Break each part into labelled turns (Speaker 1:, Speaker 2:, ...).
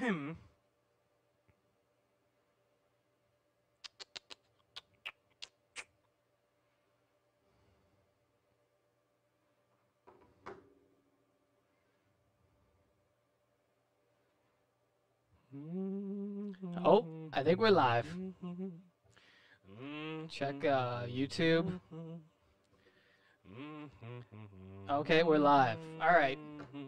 Speaker 1: Ahem.
Speaker 2: Oh, I think we're live. Check uh, YouTube. Okay, we're live. All right.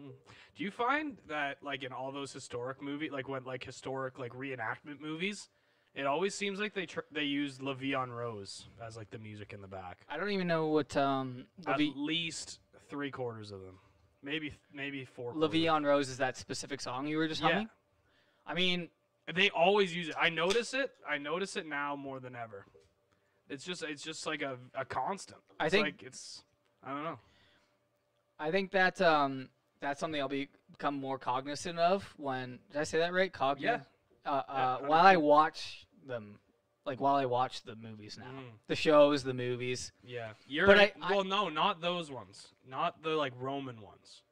Speaker 1: Do you find that like in all those historic movie, like when like historic like reenactment movies, it always seems like they tr- they use Le'Veon Rose as like the music in the back.
Speaker 2: I don't even know what um,
Speaker 1: At
Speaker 2: Leve-
Speaker 1: least three quarters of them, maybe th- maybe four. quarters.
Speaker 2: Le'Veon Rose is that specific song you were just
Speaker 1: Yeah.
Speaker 2: humming. I mean,
Speaker 1: They always use it. I notice it. I notice it now more than ever. It's just it's just like a, a constant.
Speaker 2: I
Speaker 1: It's
Speaker 2: think-
Speaker 1: like it's I don't know.
Speaker 2: I think that um, that's something I'll be, become more cognizant of when did I say that right? Cognizant. Uh, uh,
Speaker 1: I don't
Speaker 2: while I
Speaker 1: think-
Speaker 2: watch them, like while I watch the movies now,
Speaker 1: Mm.
Speaker 2: the shows, the movies.
Speaker 1: Yeah. You're
Speaker 2: But
Speaker 1: right.
Speaker 2: I- I-
Speaker 1: well no, not those ones. Not the like Roman ones.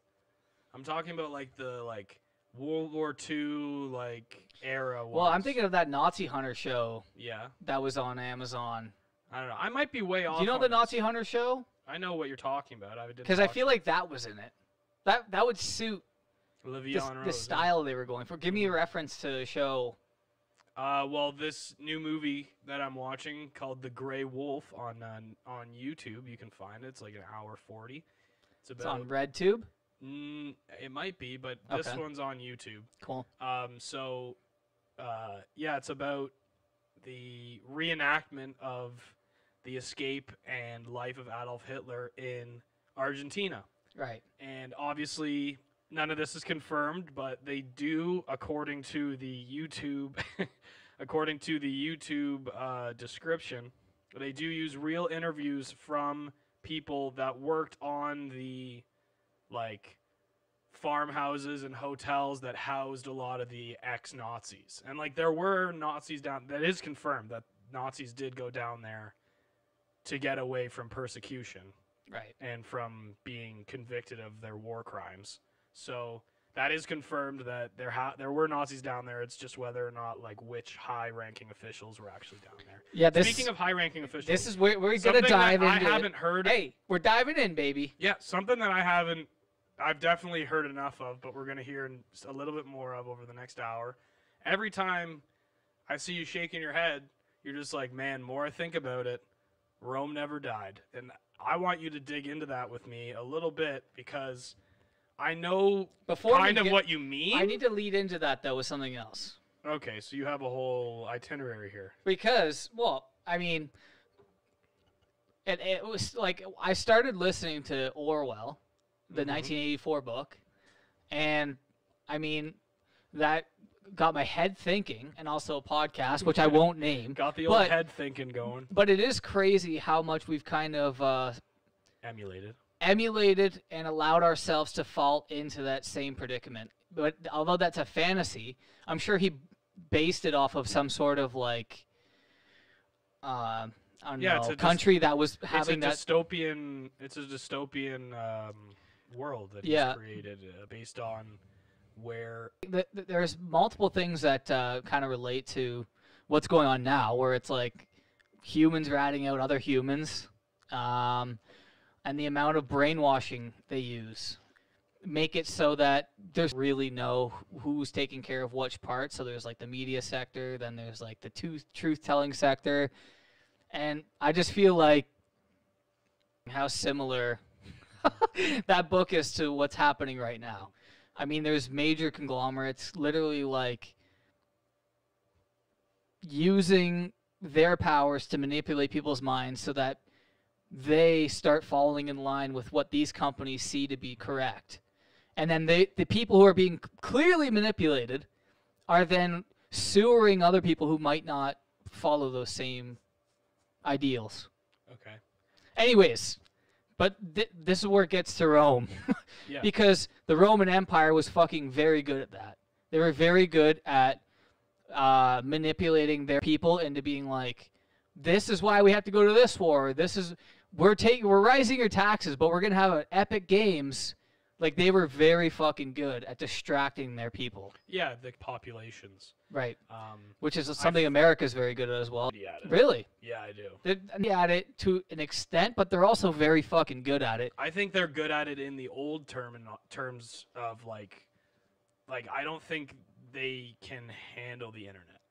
Speaker 1: I'm talking about like the like World War II like era ones.
Speaker 2: Well, I'm thinking of that Nazi Hunter show
Speaker 1: Yeah.
Speaker 2: that was on Amazon.
Speaker 1: I don't know. I might be way off.
Speaker 2: Do you know
Speaker 1: on
Speaker 2: the
Speaker 1: this.
Speaker 2: Nazi Hunter show?
Speaker 1: I know what you're talking about. I didn't
Speaker 2: Because I
Speaker 1: watch
Speaker 2: feel like that was in it. That that would suit
Speaker 1: Le'Veon
Speaker 2: the, s- the
Speaker 1: Rose, yeah.
Speaker 2: style they were going for. Give me a reference to a show.
Speaker 1: Uh, well, this new movie that I'm watching called The Gray Wolf on uh, on YouTube, you can find it. It's like an hour forty. It's
Speaker 2: It's
Speaker 1: about
Speaker 2: on RedTube.
Speaker 1: mm, it might be, but this
Speaker 2: Okay.
Speaker 1: one's on YouTube.
Speaker 2: Cool.
Speaker 1: Um, so uh, yeah, it's about the reenactment of the escape and life of Adolf Hitler in Argentina.
Speaker 2: Right.
Speaker 1: And obviously, none of this is confirmed, but they do, according to the YouTube, according to the YouTube uh, description, they do use real interviews from people that worked on the like farmhouses and hotels that housed a lot of the ex-Nazis. And like there were Nazis down that is confirmed that Nazis did go down there to get away from persecution
Speaker 2: Right.
Speaker 1: and from being convicted of their war crimes. So that is confirmed that there ha- there were Nazis down there. It's just whether or not like which high-ranking officials were actually down there.
Speaker 2: Yeah. This
Speaker 1: Speaking of high-ranking officials,
Speaker 2: this is where we're gonna
Speaker 1: something that
Speaker 2: dive
Speaker 1: I
Speaker 2: into.
Speaker 1: haven't heard.
Speaker 2: Hey, we're diving in, baby.
Speaker 1: Yeah, something that I haven't. I've definitely heard enough of, but we're gonna hear n- s- a little bit more of over the next hour. Every time I see you shaking your head, you're just like, man. More I think about it, Rome never died, and I want you to dig into that with me a little bit because I know
Speaker 2: Before we
Speaker 1: kind of
Speaker 2: get-
Speaker 1: what you mean.
Speaker 2: I need to lead into that though with something else
Speaker 1: okay, so you have a whole itinerary here.
Speaker 2: because, well, I mean, it, it was like I started listening to Orwell, the
Speaker 1: Mhm.
Speaker 2: 1984 book, and I mean that got my head thinking, and also a podcast which I won't name.
Speaker 1: Got the old
Speaker 2: But-
Speaker 1: head thinking going,
Speaker 2: But it is crazy how much we've kind of uh,
Speaker 1: emulated.
Speaker 2: emulated and allowed ourselves to fall into that same predicament. But although that's a fantasy, I'm sure he based it off of some sort of like, um, I don't
Speaker 1: Yeah, it's
Speaker 2: know,
Speaker 1: a dys-
Speaker 2: country that was
Speaker 1: It's a
Speaker 2: having that.
Speaker 1: dystopian. It's a dystopian um, world that he's
Speaker 2: Yeah.
Speaker 1: created uh, based on where
Speaker 2: th- th- there's multiple things that uh, kind of relate to what's going on now, where it's like humans ratting out other humans, um, and the amount of brainwashing they use make it so that there's really no wh- who's taking care of which part. So there's like the media sector, then there's like the two truth telling sector, and I just feel like how similar that book is to what's happening right now. I mean, there's major conglomerates literally like using their powers to manipulate people's minds so that they start falling in line with what these companies see to be correct. And then they, the people who are being c- clearly manipulated are then sewering other people who might not follow those same ideals.
Speaker 1: okay,
Speaker 2: Anyways, but th- this is where it gets to Rome.
Speaker 1: Yeah.
Speaker 2: Because the Roman Empire was fucking very good at that. They were very good at uh, manipulating their people into being like, this is why we have to go to this war. This is we're taking we're rising your taxes, but we're gonna have an epic games Like they were very fucking good at distracting their people,
Speaker 1: Yeah, the populations.
Speaker 2: right?
Speaker 1: Um,
Speaker 2: Which is something America's very good at as well.
Speaker 1: yeah, I do.
Speaker 2: Really,
Speaker 1: yeah, I do.
Speaker 2: they're yeah, at it to an extent, but they're also very fucking good at it.
Speaker 1: I think they're good at it in the old term in uh, terms of like, like I don't think they can handle the internet,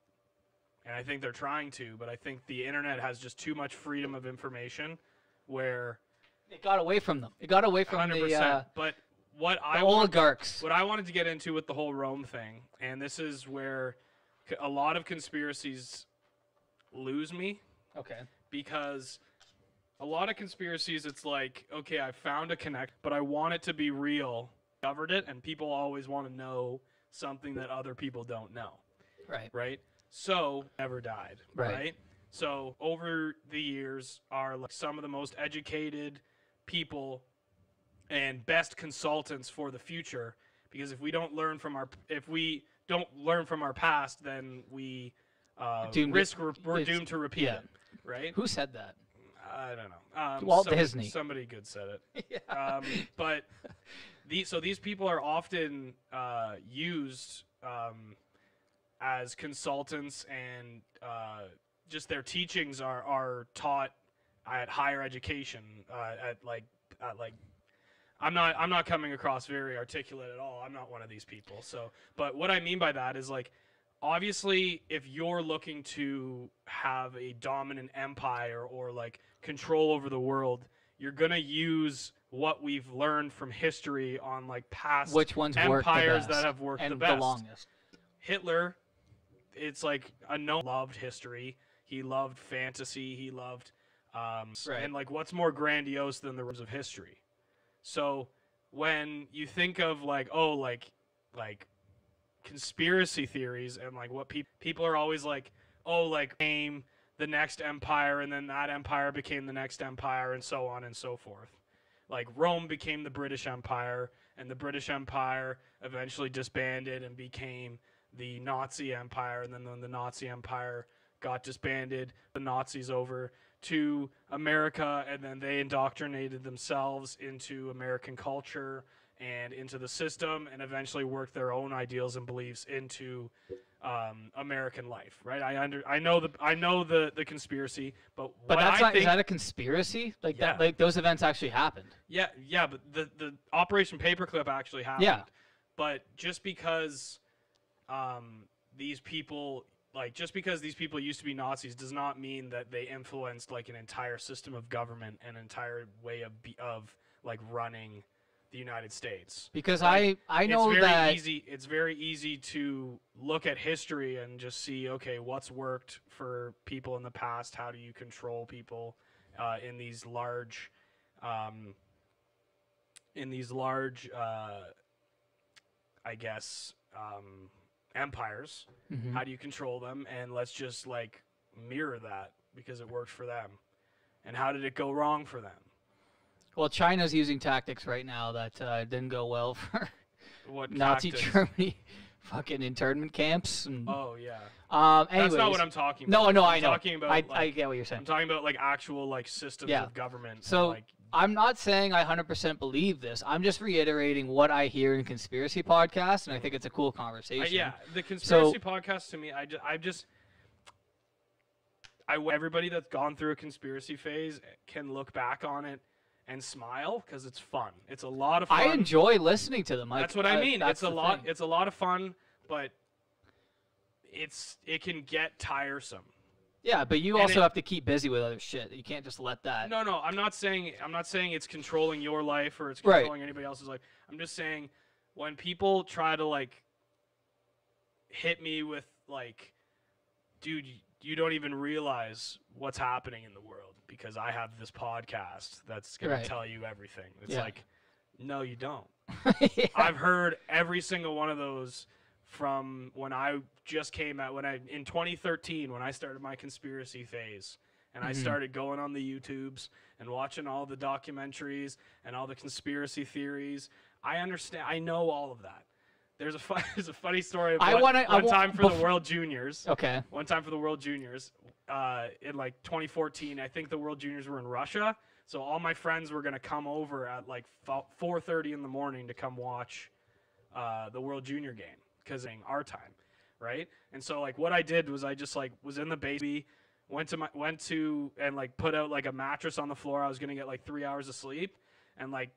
Speaker 1: and I think they're trying to, but I think the internet has just too much freedom of information, where
Speaker 2: It got away from them. It got away from
Speaker 1: hundred
Speaker 2: the,
Speaker 1: percent.
Speaker 2: uh,
Speaker 1: but what
Speaker 2: the
Speaker 1: I want,
Speaker 2: oligarchs.
Speaker 1: what I wanted to get into with the whole Rome thing, and this is where c- a lot of conspiracies lose me
Speaker 2: Okay.
Speaker 1: because a lot of conspiracies it's like okay i found a connect but i want it to be real covered it and people always want to know something that other people don't know
Speaker 2: Right.
Speaker 1: right so never died
Speaker 2: Right.
Speaker 1: right, so over the years are like some of the most educated people and best consultants for the future because if we don't learn from our if we don't learn from our past then we uh,
Speaker 2: Doomed-
Speaker 1: risk re- we're
Speaker 2: it's-
Speaker 1: doomed to repeat
Speaker 2: yeah.
Speaker 1: it right
Speaker 2: Who said that?
Speaker 1: I don't know. Um,
Speaker 2: Walt
Speaker 1: somebody,
Speaker 2: Disney.
Speaker 1: Somebody good said it. Um, but these so these people are often uh, used um, as consultants, and uh, just their teachings are are taught at higher education uh, at like at like. I'm not. I'm not coming across very articulate at all. I'm not one of these people. So, but what I mean by that is like, obviously if you're looking to have a dominant empire or like control over the world you're going to use what we've learned from history on like past
Speaker 2: Which ones work the
Speaker 1: empires
Speaker 2: best
Speaker 1: that have worked
Speaker 2: and
Speaker 1: the best
Speaker 2: longest?
Speaker 1: hitler it's like a no loved history he loved fantasy he loved um
Speaker 2: Right.
Speaker 1: and like what's more grandiose than the rooms of history so when you think of like oh like like conspiracy theories and like what people people are always like oh like aim the next empire and then that empire became the next empire and so on and so forth like Rome became the British Empire and the British Empire eventually disbanded and became the Nazi Empire and then when the Nazi Empire got disbanded the Nazis over to America and then they indoctrinated themselves into American culture and into the system and eventually worked their own ideals and beliefs into um, American life, right? I under I know the I know the the conspiracy, but
Speaker 2: But
Speaker 1: what
Speaker 2: that's
Speaker 1: I
Speaker 2: not
Speaker 1: think,
Speaker 2: is that a conspiracy? Like that
Speaker 1: Yeah.
Speaker 2: like those events actually happened.
Speaker 1: yeah, yeah, but the the Operation Paperclip actually happened.
Speaker 2: Yeah.
Speaker 1: But just because um, these people like just because these people used to be Nazis does not mean that they influenced like an entire system of government, an entire way of be, of like running the United States.
Speaker 2: Because
Speaker 1: Like,
Speaker 2: I I know
Speaker 1: it's very
Speaker 2: that
Speaker 1: easy. It's very easy to look at history and just see, okay, what's worked for people in the past? How do you control people uh, in these large, um, in these large, uh, I guess, um, empires?
Speaker 2: Mhm.
Speaker 1: How do you control them? And let's just like mirror that because it worked for them. And how did it go wrong for them?
Speaker 2: well China's using tactics right now that uh, didn't go well for
Speaker 1: What
Speaker 2: Nazi
Speaker 1: tactics-
Speaker 2: Germany fucking internment camps and
Speaker 1: Oh yeah,
Speaker 2: um anyways.
Speaker 1: that's not what I'm talking.
Speaker 2: No,
Speaker 1: about.
Speaker 2: no,
Speaker 1: I'm
Speaker 2: I know.
Speaker 1: Talking about
Speaker 2: I,
Speaker 1: like,
Speaker 2: I get what you're saying.
Speaker 1: I'm talking about like actual like systems
Speaker 2: Yeah.
Speaker 1: of government.
Speaker 2: So-
Speaker 1: like
Speaker 2: I'm not saying I 100% believe this. I'm just reiterating what I hear in conspiracy podcasts, and I think it's a cool
Speaker 1: I-
Speaker 2: conversation.
Speaker 1: yeah, the conspiracy podcast to me, I just, I just, I w- everybody that's gone through a conspiracy phase can look back on it and smile because it's fun. It's a lot of fun.
Speaker 2: I enjoy listening to them. Like,
Speaker 1: Um, that's what I
Speaker 2: uh,
Speaker 1: mean.
Speaker 2: that's
Speaker 1: It's a
Speaker 2: the
Speaker 1: lot.
Speaker 2: thing.
Speaker 1: It's a lot of fun, but it's it can get tiresome.
Speaker 2: Yeah, but you
Speaker 1: and
Speaker 2: also
Speaker 1: it-
Speaker 2: have to keep busy with other shit. You can't just let that.
Speaker 1: No, no, I'm not saying I'm not saying it's controlling your life or it's
Speaker 2: Right.
Speaker 1: controlling anybody else's life. I'm just saying when people try to like hit me with like, dude, y- you don't even realize what's happening in the world because I have this podcast that's gonna
Speaker 2: Right.
Speaker 1: tell you everything. It's
Speaker 2: Yeah.
Speaker 1: like, no, you don't.
Speaker 2: Yeah.
Speaker 1: I've heard every single one of those from when I just came out when I in 2013 when I started my conspiracy phase and I
Speaker 2: Mhm.
Speaker 1: started going on the YouTubes and watching all the documentaries and all the conspiracy theories. I understand. I know all of that. There's a fun, there's a funny story. Of
Speaker 2: I
Speaker 1: one,
Speaker 2: wanna- I
Speaker 1: one
Speaker 2: wa-
Speaker 1: time for
Speaker 2: bef-
Speaker 1: the World Juniors
Speaker 2: Okay.
Speaker 1: one time for the World Juniors uh, in like 2014. I think the World Juniors were in Russia, So all my friends were gonna come over at like four thirty in the morning to come watch uh, the World Junior game because in our time, right? And so like what I did was I just like was in the baby, went to my went to and like put out like a mattress on the floor. I was gonna get like three hours of sleep, and like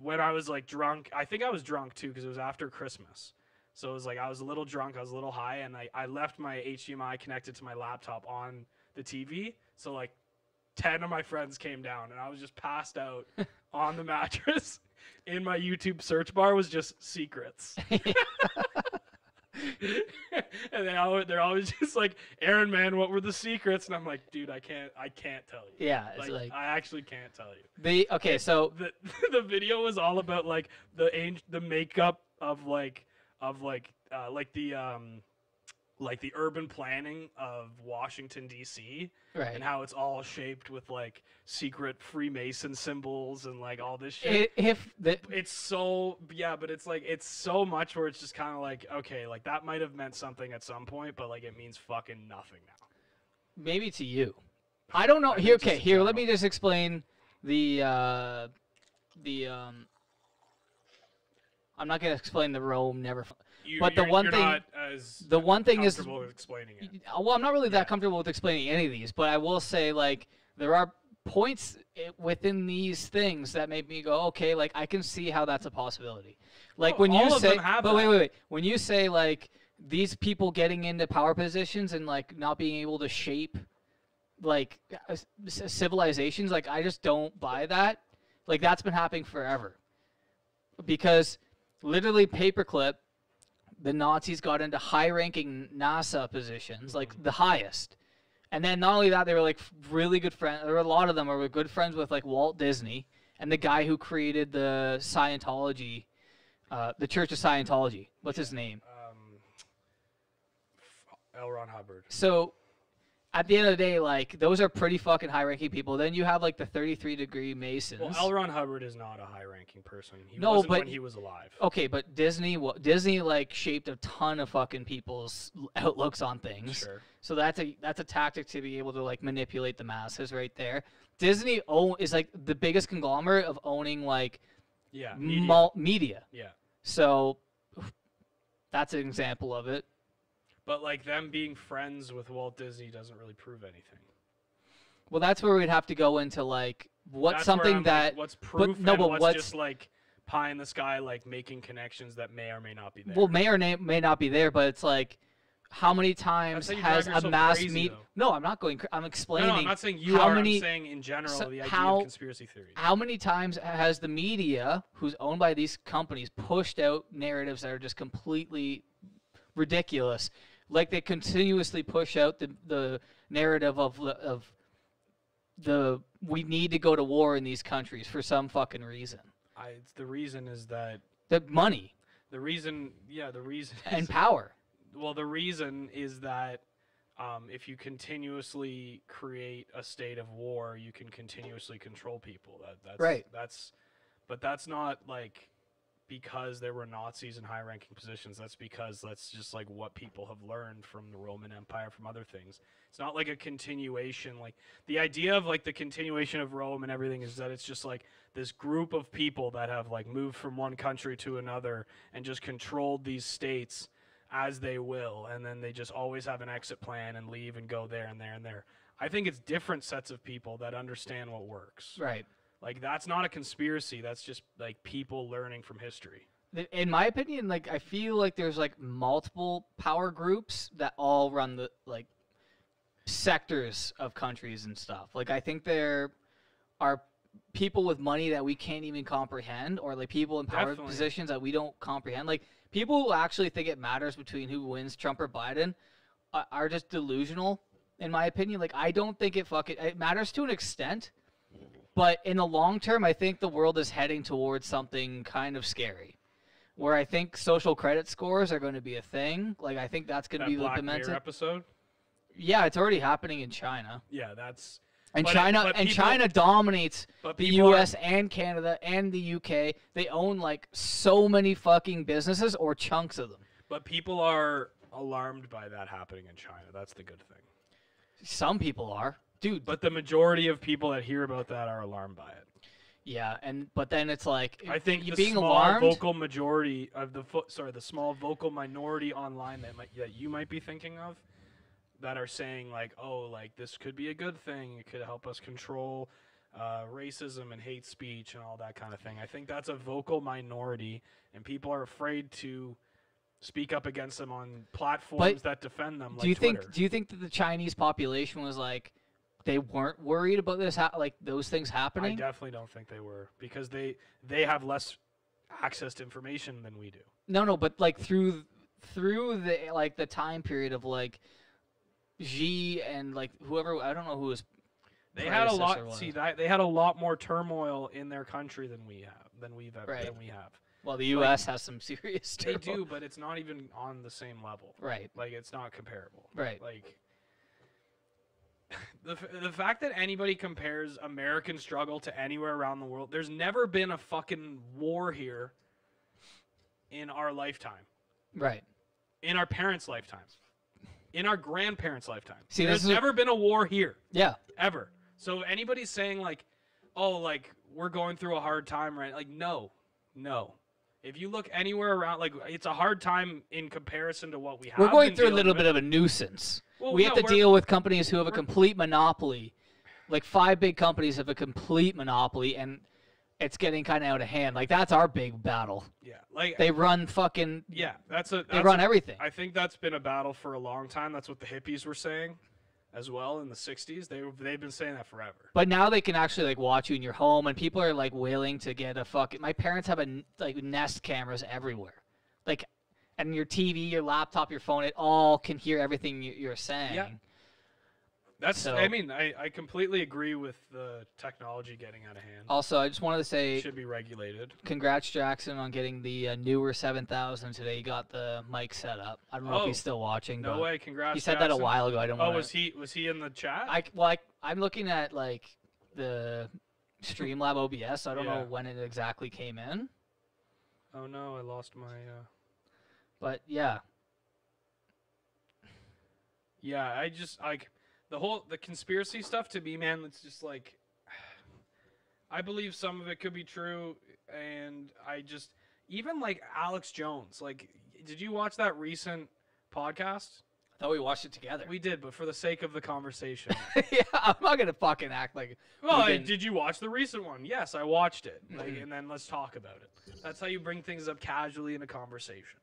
Speaker 1: when I was like drunk, I think I was drunk too because it was after Christmas. So it was like I was a little drunk, I was a little high, and I, I left my HDMI connected to my laptop on the TV. So like ten of my friends came down and I was just passed out on the mattress. In my YouTube search bar was just secrets. and they all, they're always just like, Aaron, man, what were the secrets? And I'm like, dude, I can't, I can't tell you.
Speaker 2: Yeah, it's
Speaker 1: Like,
Speaker 2: like
Speaker 1: I actually can't tell you.
Speaker 2: the okay. So
Speaker 1: The, the video was all about like the ang- the makeup of like of like uh, like the um like the urban planning of Washington D.C
Speaker 2: right.
Speaker 1: and how it's all shaped with like secret Freemason symbols and like all this shit.
Speaker 2: I- If the
Speaker 1: it's so yeah, but it's like it's so much where it's just kind of like okay, like that might have meant something at some point, but like it means fucking nothing now.
Speaker 2: maybe to you, I don't know.
Speaker 1: I mean,
Speaker 2: Here,
Speaker 1: just
Speaker 2: okay.
Speaker 1: in
Speaker 2: Here, let
Speaker 1: general.
Speaker 2: me just explain the uh, the um. I'm not gonna explain the Rome never. F-
Speaker 1: You,
Speaker 2: But the
Speaker 1: you're-
Speaker 2: one
Speaker 1: you're
Speaker 2: thing-
Speaker 1: not as
Speaker 2: the one thing is
Speaker 1: comfortable with explaining it.
Speaker 2: Uh, Well, I'm not really
Speaker 1: Yeah.
Speaker 2: that comfortable with explaining any of these, but I will say like there are points i- within these things that make me go, okay, like I can see how that's a possibility. Like
Speaker 1: Oh,
Speaker 2: when you
Speaker 1: all of
Speaker 2: say,
Speaker 1: them have
Speaker 2: but wait,
Speaker 1: that.
Speaker 2: wait, wait, when you say like these people getting into power positions and like not being able to shape like uh, c- civilizations, like I just don't buy that. Like that's been happening forever, because literally paperclip the Nazis got into high ranking NASA positions, like
Speaker 1: Mm-hmm.
Speaker 2: the highest. And then not only that, they were like f- really good friends. There were a lot of them who were good friends with like Walt Disney and the guy who created the Scientology, uh, the Church of Scientology. What's his name?
Speaker 1: Um, L. Ron Hubbard.
Speaker 2: So at the end of the day, like those are pretty fucking high ranking people. Then you have like the 33 degree Masons.
Speaker 1: Well, L. Ron Hubbard is not a high-ranking person. He
Speaker 2: No,
Speaker 1: wasn't
Speaker 2: but- Oh,
Speaker 1: when he was alive.
Speaker 2: okay, but Disney, wa- Disney like shaped a ton of fucking people's l- outlooks on things.
Speaker 1: Sure.
Speaker 2: So that's a that's a tactic to be able to like manipulate the masses right there. Disney own is like the biggest conglomerate of owning like
Speaker 1: Yeah. media.
Speaker 2: mul- media.
Speaker 1: yeah.
Speaker 2: So that's an example of it.
Speaker 1: But like them being friends with Walt Disney doesn't really prove anything.
Speaker 2: Well, that's where we'd have to go into like what's
Speaker 1: That's where I'm
Speaker 2: something
Speaker 1: like,
Speaker 2: that
Speaker 1: what's proof
Speaker 2: no,
Speaker 1: and
Speaker 2: but
Speaker 1: what's,
Speaker 2: what's-
Speaker 1: just like pie in the sky, like making connections that may or may not be there.
Speaker 2: well may or na- may not be there, but it's like how many times
Speaker 1: how you
Speaker 2: has
Speaker 1: drive
Speaker 2: a
Speaker 1: yourself
Speaker 2: mass
Speaker 1: crazy,
Speaker 2: meet?
Speaker 1: though.
Speaker 2: No, I'm not going. cra- I'm
Speaker 1: no,
Speaker 2: explaining.
Speaker 1: no, I'm not saying you
Speaker 2: how
Speaker 1: are.
Speaker 2: many-
Speaker 1: I'm saying in general
Speaker 2: so
Speaker 1: the idea
Speaker 2: how-
Speaker 1: of conspiracy theories.
Speaker 2: how many times has the media, who's owned by these companies, pushed out narratives that are just completely ridiculous? Like they continuously push out the, the narrative of the- of the we need to go to war in these countries for some fucking reason.
Speaker 1: I, it's- the reason is that
Speaker 2: The money
Speaker 1: the reason, yeah, the reason.
Speaker 2: and
Speaker 1: is-
Speaker 2: power.
Speaker 1: well, the reason is that um, if you continuously create a state of war, you can continuously control people. That, that's
Speaker 2: Right.
Speaker 1: That's, but that's not like because there were Nazis in high-ranking positions. That's because that's just like what people have learned from the Roman Empire, from other things. It's not like a continuation. Like the idea of like the continuation of Rome and everything is that it's just like this group of people that have like moved from one country to another and just controlled these states as they will and then they just always have an exit plan and leave and go there and there and there i think it's different sets of people that understand what works
Speaker 2: Right.
Speaker 1: like that's not a conspiracy that's just like people learning from history
Speaker 2: Th- In my opinion, like I feel like there's like multiple power groups that all run the like sectors of countries and stuff. Like I think there are people with money that we can't even comprehend, or like people in power
Speaker 1: Definitely.
Speaker 2: positions that we don't comprehend. Like people who actually think it matters between who wins Trump or Biden are, are just delusional, in my opinion. Like I don't think it fucking it matters to an extent. But in the long term, I think the world is heading towards something kind of scary, where I think social credit scores are going to be a thing. Like I think that's going
Speaker 1: that
Speaker 2: to be
Speaker 1: black
Speaker 2: implemented.
Speaker 1: mirror episode
Speaker 2: Yeah, it's already happening in China,
Speaker 1: yeah that's
Speaker 2: and
Speaker 1: But it-
Speaker 2: China
Speaker 1: but
Speaker 2: and
Speaker 1: people-
Speaker 2: China dominates
Speaker 1: but
Speaker 2: the
Speaker 1: people are-
Speaker 2: U.S. and Canada and the U.K. They own like so many fucking businesses or chunks of them.
Speaker 1: but people are alarmed by that happening in china that's the good thing
Speaker 2: Some people are. dude.
Speaker 1: But the majority of people that hear about that are alarmed by it.
Speaker 2: yeah, and but then it's like
Speaker 1: I think
Speaker 2: you
Speaker 1: the
Speaker 2: being
Speaker 1: small
Speaker 2: alarmed.
Speaker 1: vocal majority of the fo- sorry the small vocal minority online that might, that you might be thinking of that are saying like oh like this could be a good thing it could help us control uh, racism and hate speech and all that kind of thing I think that's a vocal minority and people are afraid to speak up against them on platforms that defend them like
Speaker 2: do you
Speaker 1: Twitter.
Speaker 2: think do you think that the Chinese population was like they weren't worried about this ha- like those things
Speaker 1: I
Speaker 2: happening?
Speaker 1: definitely don't think they were because they they have less access to information than we do.
Speaker 2: No, no, but like through through the like the time period of like Xi and like whoever I don't know who was
Speaker 1: They had a
Speaker 2: predecessor
Speaker 1: lot.
Speaker 2: was.
Speaker 1: See, that, they had a lot more turmoil in their country than we have. Than we've ever,
Speaker 2: Right.
Speaker 1: than we have.
Speaker 2: well the US has some serious
Speaker 1: They do,
Speaker 2: turmoil.
Speaker 1: but it's not even on the same level.
Speaker 2: Right.
Speaker 1: Like it's not comparable.
Speaker 2: Right.
Speaker 1: Like the f- the fact that anybody compares American struggle to anywhere around the world, there's never been a fucking war here in our lifetime,
Speaker 2: Right.
Speaker 1: in our parents' lifetimes, in our grandparents' lifetime.
Speaker 2: See, this
Speaker 1: there's
Speaker 2: is-
Speaker 1: never been a war here.
Speaker 2: Yeah.
Speaker 1: ever. So if anybody's saying like, oh, like we're going through a hard time right, like no, no. If you look anywhere around, like it's a hard time in comparison to what we have.
Speaker 2: We're going
Speaker 1: been
Speaker 2: through a
Speaker 1: dealing
Speaker 2: little
Speaker 1: with.
Speaker 2: bit of a nuisance.
Speaker 1: Well,
Speaker 2: we have
Speaker 1: no,
Speaker 2: to
Speaker 1: we're-
Speaker 2: deal with companies who have a
Speaker 1: we're-
Speaker 2: complete monopoly. Like five big companies have a complete monopoly and it's getting kind of out of hand. Like that's our big battle.
Speaker 1: Yeah, like
Speaker 2: They run fucking
Speaker 1: yeah, that's a.
Speaker 2: they
Speaker 1: that's
Speaker 2: run
Speaker 1: a-
Speaker 2: everything.
Speaker 1: I think that's been a battle for a long time. That's what the hippies were saying, as well in the '60s. They they've been saying that forever.
Speaker 2: But now they can actually like watch you in your home, and people are like willing to get a fucking. My parents have a n- like Nest cameras everywhere, like, and your TV, your laptop, your phone, it all can hear everything you, you're saying.
Speaker 1: That's
Speaker 2: So-
Speaker 1: I mean I, I completely agree with the technology getting out of hand.
Speaker 2: Also, I just wanted to say
Speaker 1: Should be regulated.
Speaker 2: congrats Jackson on getting the uh, newer 7000 today. He got the mic set up. I don't know if he's
Speaker 1: Oh,
Speaker 2: still watching.
Speaker 1: No
Speaker 2: but
Speaker 1: way. Congrats.
Speaker 2: He said that
Speaker 1: Jackson.
Speaker 2: a while ago. I don't.
Speaker 1: Oh,
Speaker 2: wanna-
Speaker 1: was he was he in the chat?
Speaker 2: I well, I, I'm looking at like the Streamlab OBS. I don't
Speaker 1: Yeah.
Speaker 2: know when it exactly came in,
Speaker 1: Oh no, I lost my. Uh...
Speaker 2: but yeah.
Speaker 1: Yeah, I just like the whole the conspiracy stuff to me, man. It's just like I believe some of it could be true, and I just even like Alex Jones. Like, did you watch that recent podcast?
Speaker 2: I thought we watched it together.
Speaker 1: We did, but for the sake of the conversation.
Speaker 2: yeah, I'm not gonna fucking act like Mm-hmm.
Speaker 1: well, I-
Speaker 2: didn't.
Speaker 1: did you watch the recent one? Yes, I watched it. Like, and then let's talk about it. That's how you bring things up casually in a conversation,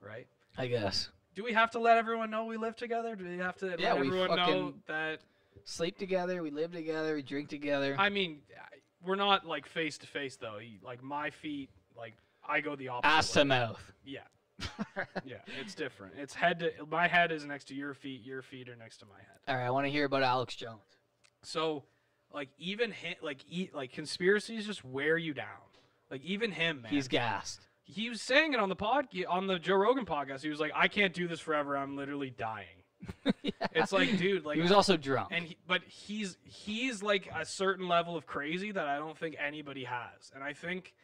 Speaker 1: right?
Speaker 2: I guess
Speaker 1: Do we have to let everyone know we live together? Do we have to
Speaker 2: Yeah,
Speaker 1: let
Speaker 2: we
Speaker 1: everyone know
Speaker 2: fucking-
Speaker 1: that?
Speaker 2: sleep together, we live together, we drink together.
Speaker 1: I mean, I- we're not like face to face though. You- Like my feet, like I go the opposite.
Speaker 2: Ass
Speaker 1: way.
Speaker 2: to mouth.
Speaker 1: Yeah, yeah, it's different. It's head to my head is next to your feet. Your feet are next to my head.
Speaker 2: All right, I want to hear about Alex Jones.
Speaker 1: So, like even hit like eat like conspiracies just wear you down. Like even him, man.
Speaker 2: He's gassed.
Speaker 1: he was saying it on the pod on the Joe Rogan podcast. He was like, I can't do this forever. I'm literally dying. It's like, dude, like
Speaker 2: he was also drunk.
Speaker 1: and he, but he's he's like a certain level of crazy that I don't think anybody has, and I think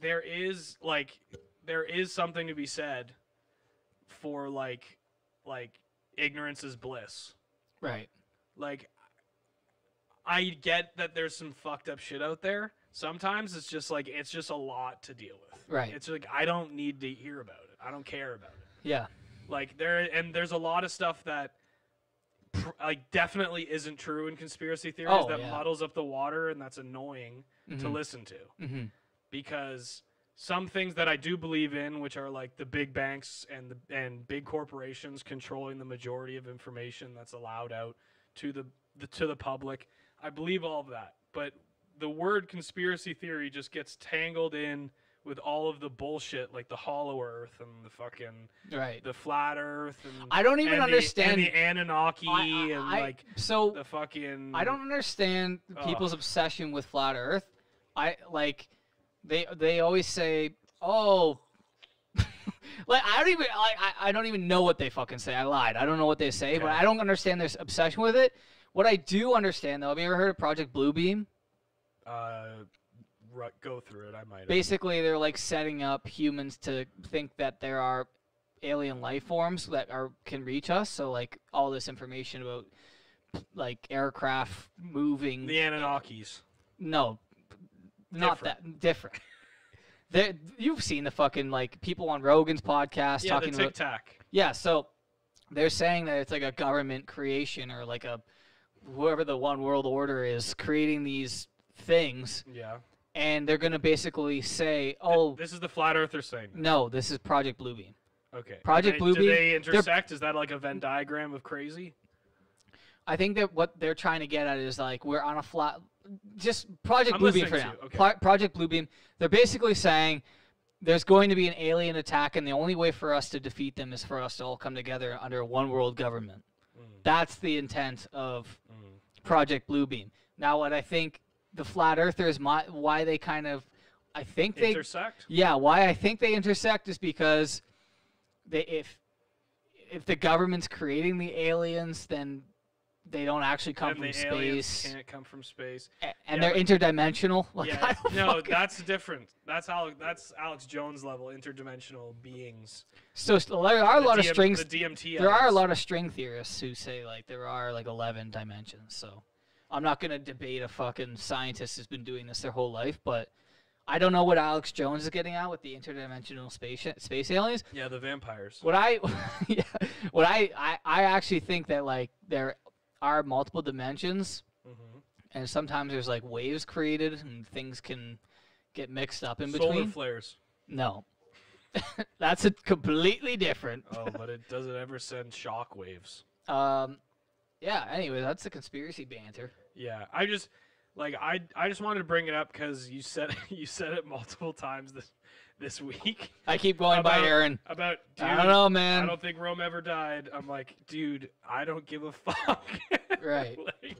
Speaker 1: there is like there is something to be said for like like ignorance is bliss.
Speaker 2: right.
Speaker 1: Like I get that there's some fucked up shit out there. Sometimes it's just like it's just a lot to deal with.
Speaker 2: Right.
Speaker 1: It's like I don't need to hear about it. I don't care about it
Speaker 2: Yeah.
Speaker 1: like there and there's a lot of stuff that pr- like definitely isn't true in conspiracy theories
Speaker 2: Oh,
Speaker 1: that
Speaker 2: yeah.
Speaker 1: muddles up the water and that's annoying to
Speaker 2: Mhm.
Speaker 1: listen to
Speaker 2: Mhm.
Speaker 1: because some things that I do believe in which are like the big banks and the and big corporations controlling the majority of information that's allowed out to the, the to the public I believe all of that but the word conspiracy theory just gets tangled in with all of the bullshit like the hollow earth and the fucking
Speaker 2: Right.
Speaker 1: the flat Earth. And,
Speaker 2: I don't even
Speaker 1: and the-
Speaker 2: understand.
Speaker 1: and the Anunnaki
Speaker 2: I- I-
Speaker 1: and
Speaker 2: I-
Speaker 1: like
Speaker 2: so
Speaker 1: the fucking.
Speaker 2: I don't understand people's obsession with flat Earth. I like they they always say, "Oh, like I don't even like I, I don't even know what they fucking say. I lied. I don't know what they say, but
Speaker 1: Yeah.
Speaker 2: I don't understand their obsession with it. What I do understand though, have you ever heard of Project Bluebeam?
Speaker 1: Uh, ru- go through it. I might. have.
Speaker 2: Basically, they're like setting up humans to think that there are alien life forms that are can reach us. So like all this information about like aircraft moving.
Speaker 1: The Anunnakis.
Speaker 2: No, not that different. There, you've seen the fucking like people on Rogan's podcast
Speaker 1: Yeah, the
Speaker 2: talking
Speaker 1: Tic
Speaker 2: about
Speaker 1: Tac.
Speaker 2: yeah. So they're saying that it's like a government creation or like a whoever the one world order is creating these things,
Speaker 1: Yeah. Th-
Speaker 2: and they're gonna basically say, oh
Speaker 1: This is the flat earthers saying. that.
Speaker 2: no, this is Project Bluebeam.
Speaker 1: Okay. Do
Speaker 2: Project
Speaker 1: they-
Speaker 2: Bluebeam,
Speaker 1: Do they
Speaker 2: they're-
Speaker 1: intersect? Is that like a Venn diagram of crazy?
Speaker 2: I think that what they're trying to get at is like we're on a flat. Just Project
Speaker 1: I'm
Speaker 2: Bluebeam
Speaker 1: listening
Speaker 2: for
Speaker 1: to
Speaker 2: now.
Speaker 1: you, okay.
Speaker 2: Pro- Project Bluebeam. They're basically saying there's going to be an alien attack, and the only way for us to defeat them is for us to all come together under one world government.
Speaker 1: Mm,
Speaker 2: That's the intent of
Speaker 1: mm.
Speaker 2: Project Bluebeam. Now, what I think the flat earthers, my, why they kind of, I think they
Speaker 1: Intersect?
Speaker 2: yeah, why I think they intersect is because they if if the government's creating the aliens, then they don't actually come
Speaker 1: and
Speaker 2: from
Speaker 1: the aliens
Speaker 2: space,
Speaker 1: can't come from space.
Speaker 2: a- and
Speaker 1: yeah,
Speaker 2: they're interdimensional. Like I
Speaker 1: yeah,
Speaker 2: don't
Speaker 1: no,
Speaker 2: fucking-
Speaker 1: that's different. That's Alex, that's Alex Jones level interdimensional beings.
Speaker 2: so s- there are a
Speaker 1: The
Speaker 2: lot of
Speaker 1: DM
Speaker 2: strings.
Speaker 1: The DMT.
Speaker 2: There are a
Speaker 1: elements.
Speaker 2: lot of string theorists who say like there are like eleven dimensions. So I'm not gonna debate a fucking scientist who's been doing this their whole life, but I don't know what Alex Jones is getting at with the interdimensional space space aliens.
Speaker 1: Yeah, the vampires.
Speaker 2: What I, yeah, what I, I, I actually think that like there are multiple dimensions,
Speaker 1: Mhm.
Speaker 2: and sometimes there's like waves created, and things can get mixed up in
Speaker 1: Solar
Speaker 2: between.
Speaker 1: flares.
Speaker 2: no, that's a completely different.
Speaker 1: Oh, but it doesn't ever send shock waves.
Speaker 2: Um, yeah. Anyway, that's the conspiracy banter.
Speaker 1: Yeah, I just like I I just wanted to bring it up because you said you said it multiple times this this week
Speaker 2: I keep going by
Speaker 1: About-
Speaker 2: Aaron.
Speaker 1: about dude.
Speaker 2: I don't know,
Speaker 1: I
Speaker 2: man.
Speaker 1: don't think Rome ever died. I'm like, dude, I don't give a fuck.
Speaker 2: Right.
Speaker 1: like,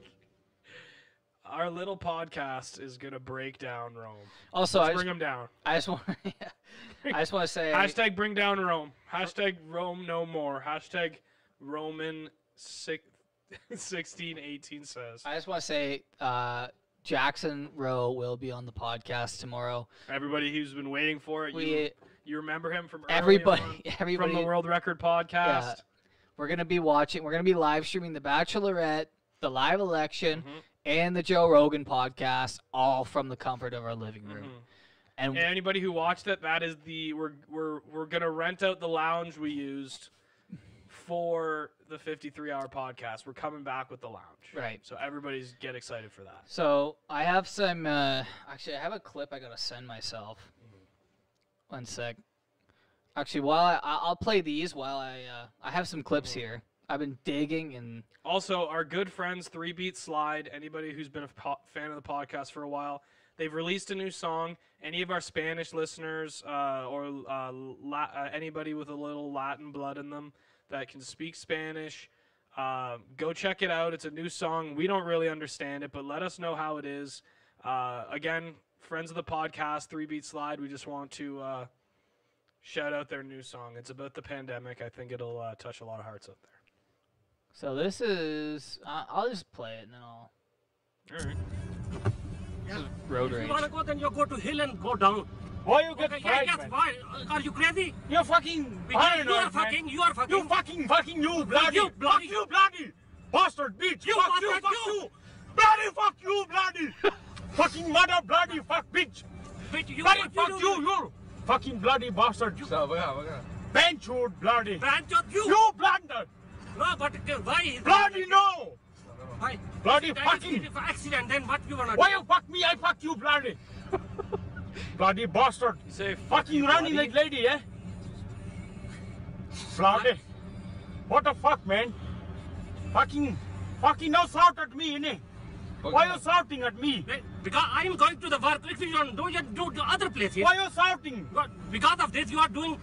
Speaker 1: our little podcast is gonna break down Rome.
Speaker 2: Also,
Speaker 1: Let's
Speaker 2: I just,
Speaker 1: bring him down.
Speaker 2: I just want, I just want to say,
Speaker 1: Hashtag bring down Rome. Hashtag Rome no more. Hashtag Roman six, 1618 says.
Speaker 2: I just want to say, uh, Jackson Rowe will be on the podcast tomorrow.
Speaker 1: Everybody who's been waiting for it,
Speaker 2: We.
Speaker 1: you, you remember him from early
Speaker 2: everybody,
Speaker 1: on,
Speaker 2: everybody,
Speaker 1: from the World Record podcast.
Speaker 2: we're gonna be watching. We're gonna be live streaming the Bachelorette, the live election,
Speaker 1: Mhm,
Speaker 2: and the Joe Rogan podcast, all from the comfort of our living room.
Speaker 1: mhm.
Speaker 2: And
Speaker 1: And anybody who watched it, that is the we're we're we're gonna rent out the lounge we used for the 53 hour podcast. We're coming back with the lounge,
Speaker 2: Right.
Speaker 1: So everybody's get excited for that.
Speaker 2: so I have some. Uh, actually, I have a clip I gotta send myself.
Speaker 1: Mm-hmm.
Speaker 2: One sec. Actually, while I, I- I'll play these while I uh, I have some clips
Speaker 1: Mm-hmm.
Speaker 2: here. I've been digging and
Speaker 1: Also, our good friends Three Beat Slide. Anybody who's been a po- fan of the podcast for a while, they've released a new song. Any of our Spanish listeners uh, or uh, La- uh, anybody with a little Latin blood in them that can speak Spanish, uh, go check it out. It's a new song. We don't really understand it, but let us know how it is. Uh, again, friends of the podcast, Three Beat Slide. We just want to. Uh, Shout out their new song. It's about the pandemic. I think it'll uh, touch a lot of hearts out
Speaker 2: so this is. I I'll just play it and then I'll.
Speaker 1: there. All right.
Speaker 2: This is road
Speaker 3: You
Speaker 2: rage.
Speaker 3: wanna go, then you go to hill and go down.
Speaker 4: Why you get
Speaker 3: Okay, yeah,
Speaker 4: fried,
Speaker 3: yes,
Speaker 4: man?
Speaker 3: why? Are you crazy?
Speaker 4: You're fucking
Speaker 3: Because
Speaker 4: paranoid,
Speaker 3: you are
Speaker 4: man.
Speaker 3: fucking, you are fucking.
Speaker 4: You fucking, fucking, you bloody,
Speaker 3: you bloody-
Speaker 4: fuck you bloody, bastard, bitch,
Speaker 3: You
Speaker 4: fuck you,
Speaker 3: bastard,
Speaker 4: fuck
Speaker 3: you.
Speaker 4: you. bloody, fuck you, bloody, fucking mother, bloody, fuck bitch,
Speaker 3: Bitch, you,
Speaker 4: bloody,
Speaker 3: what
Speaker 4: fuck
Speaker 3: do?
Speaker 4: you, you, fucking bloody bastard, you, bench you, bloody,
Speaker 3: Branch of you.
Speaker 4: you blunder,
Speaker 3: No, but uh, why? is-
Speaker 4: bloody no,
Speaker 3: Why?
Speaker 4: bloody
Speaker 3: That is
Speaker 4: fucking,
Speaker 3: if accident, then what you wanna
Speaker 4: why
Speaker 3: do?
Speaker 4: you fuck me, I fuck you, bloody, bloody bastard,
Speaker 1: Say
Speaker 4: fucking running like lady, eh, bloody, what the fuck, man, fucking, fucking now shout at me, innit? Why you shouting at me?
Speaker 3: Be- Because I am going to the work. If you don't do, you do to other places.
Speaker 4: Why you shouting?
Speaker 3: But Because of this, you are doing.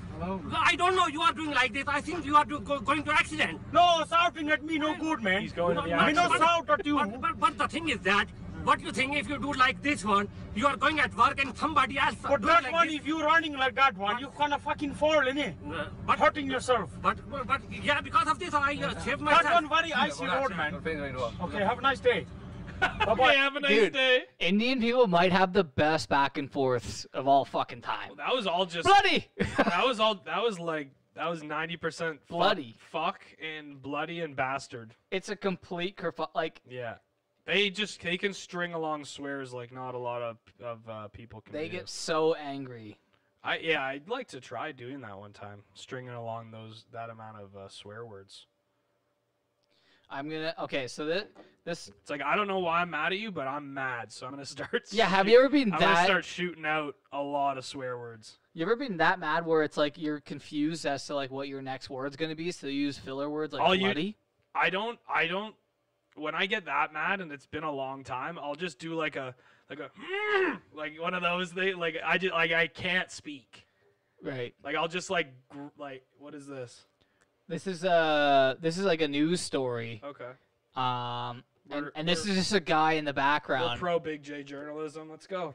Speaker 3: I don't know. You are doing like this. I think you are do, go, going to accident.
Speaker 4: No, shouting at me no good, man.
Speaker 1: He's going to the
Speaker 4: We no
Speaker 1: accident.
Speaker 4: shout at you.
Speaker 3: But, but, but the thing is that. What you think if you do like this one, you are going at work and somebody else.
Speaker 4: But
Speaker 3: do
Speaker 4: that
Speaker 3: like
Speaker 4: one,
Speaker 3: this.
Speaker 4: if you running like that one, you gonna fucking fall, innit?
Speaker 3: Uh,
Speaker 4: But
Speaker 3: but
Speaker 4: hurting yourself.
Speaker 3: But, but, but yeah, because of this, I uh, saved myself.
Speaker 4: That one very icy road, man. Okay, have a nice day.
Speaker 1: Bye. Have a nice
Speaker 2: Dude.
Speaker 1: day.
Speaker 2: Indian people might have the best back and forths of all fucking time.
Speaker 1: That was all just.
Speaker 2: Bloody!
Speaker 1: That was all. That was like That was ninety percent
Speaker 2: Bloody.
Speaker 1: fuck and bloody and bastard.
Speaker 2: It's a complete kerfu- like
Speaker 1: Yeah, they just they can string along swears like not a lot of of uh, people can.
Speaker 2: they
Speaker 1: do.
Speaker 2: get so angry.
Speaker 1: I yeah, I'd like to try doing that one time, stringing along those that amount of uh, swear words.
Speaker 2: I'm gonna okay. So that this
Speaker 1: It's like I don't know why I'm mad at you, but I'm mad, so I'm gonna start.
Speaker 2: yeah. Have
Speaker 1: shoot-
Speaker 2: you ever been
Speaker 1: I'm gonna
Speaker 2: that?
Speaker 1: start shooting out a lot of swear words.
Speaker 2: You ever been that mad where it's like you're confused as to like what your next word's gonna be, so you use filler words like
Speaker 1: I'll u-
Speaker 2: bloody?
Speaker 1: I don't. I don't. When I get that mad, and it's been a long time, I'll just do like a like a "Mm," like one of those things. Like I just like I can't speak.
Speaker 2: Right.
Speaker 1: Like I'll just like gr- like what is this?
Speaker 2: This is uh this is like a news story.
Speaker 1: Okay,
Speaker 2: Um and,
Speaker 1: We're-
Speaker 2: and this
Speaker 1: we're-
Speaker 2: is just a guy in the
Speaker 1: we're
Speaker 2: background.
Speaker 1: pro Big J journalism. Let's go.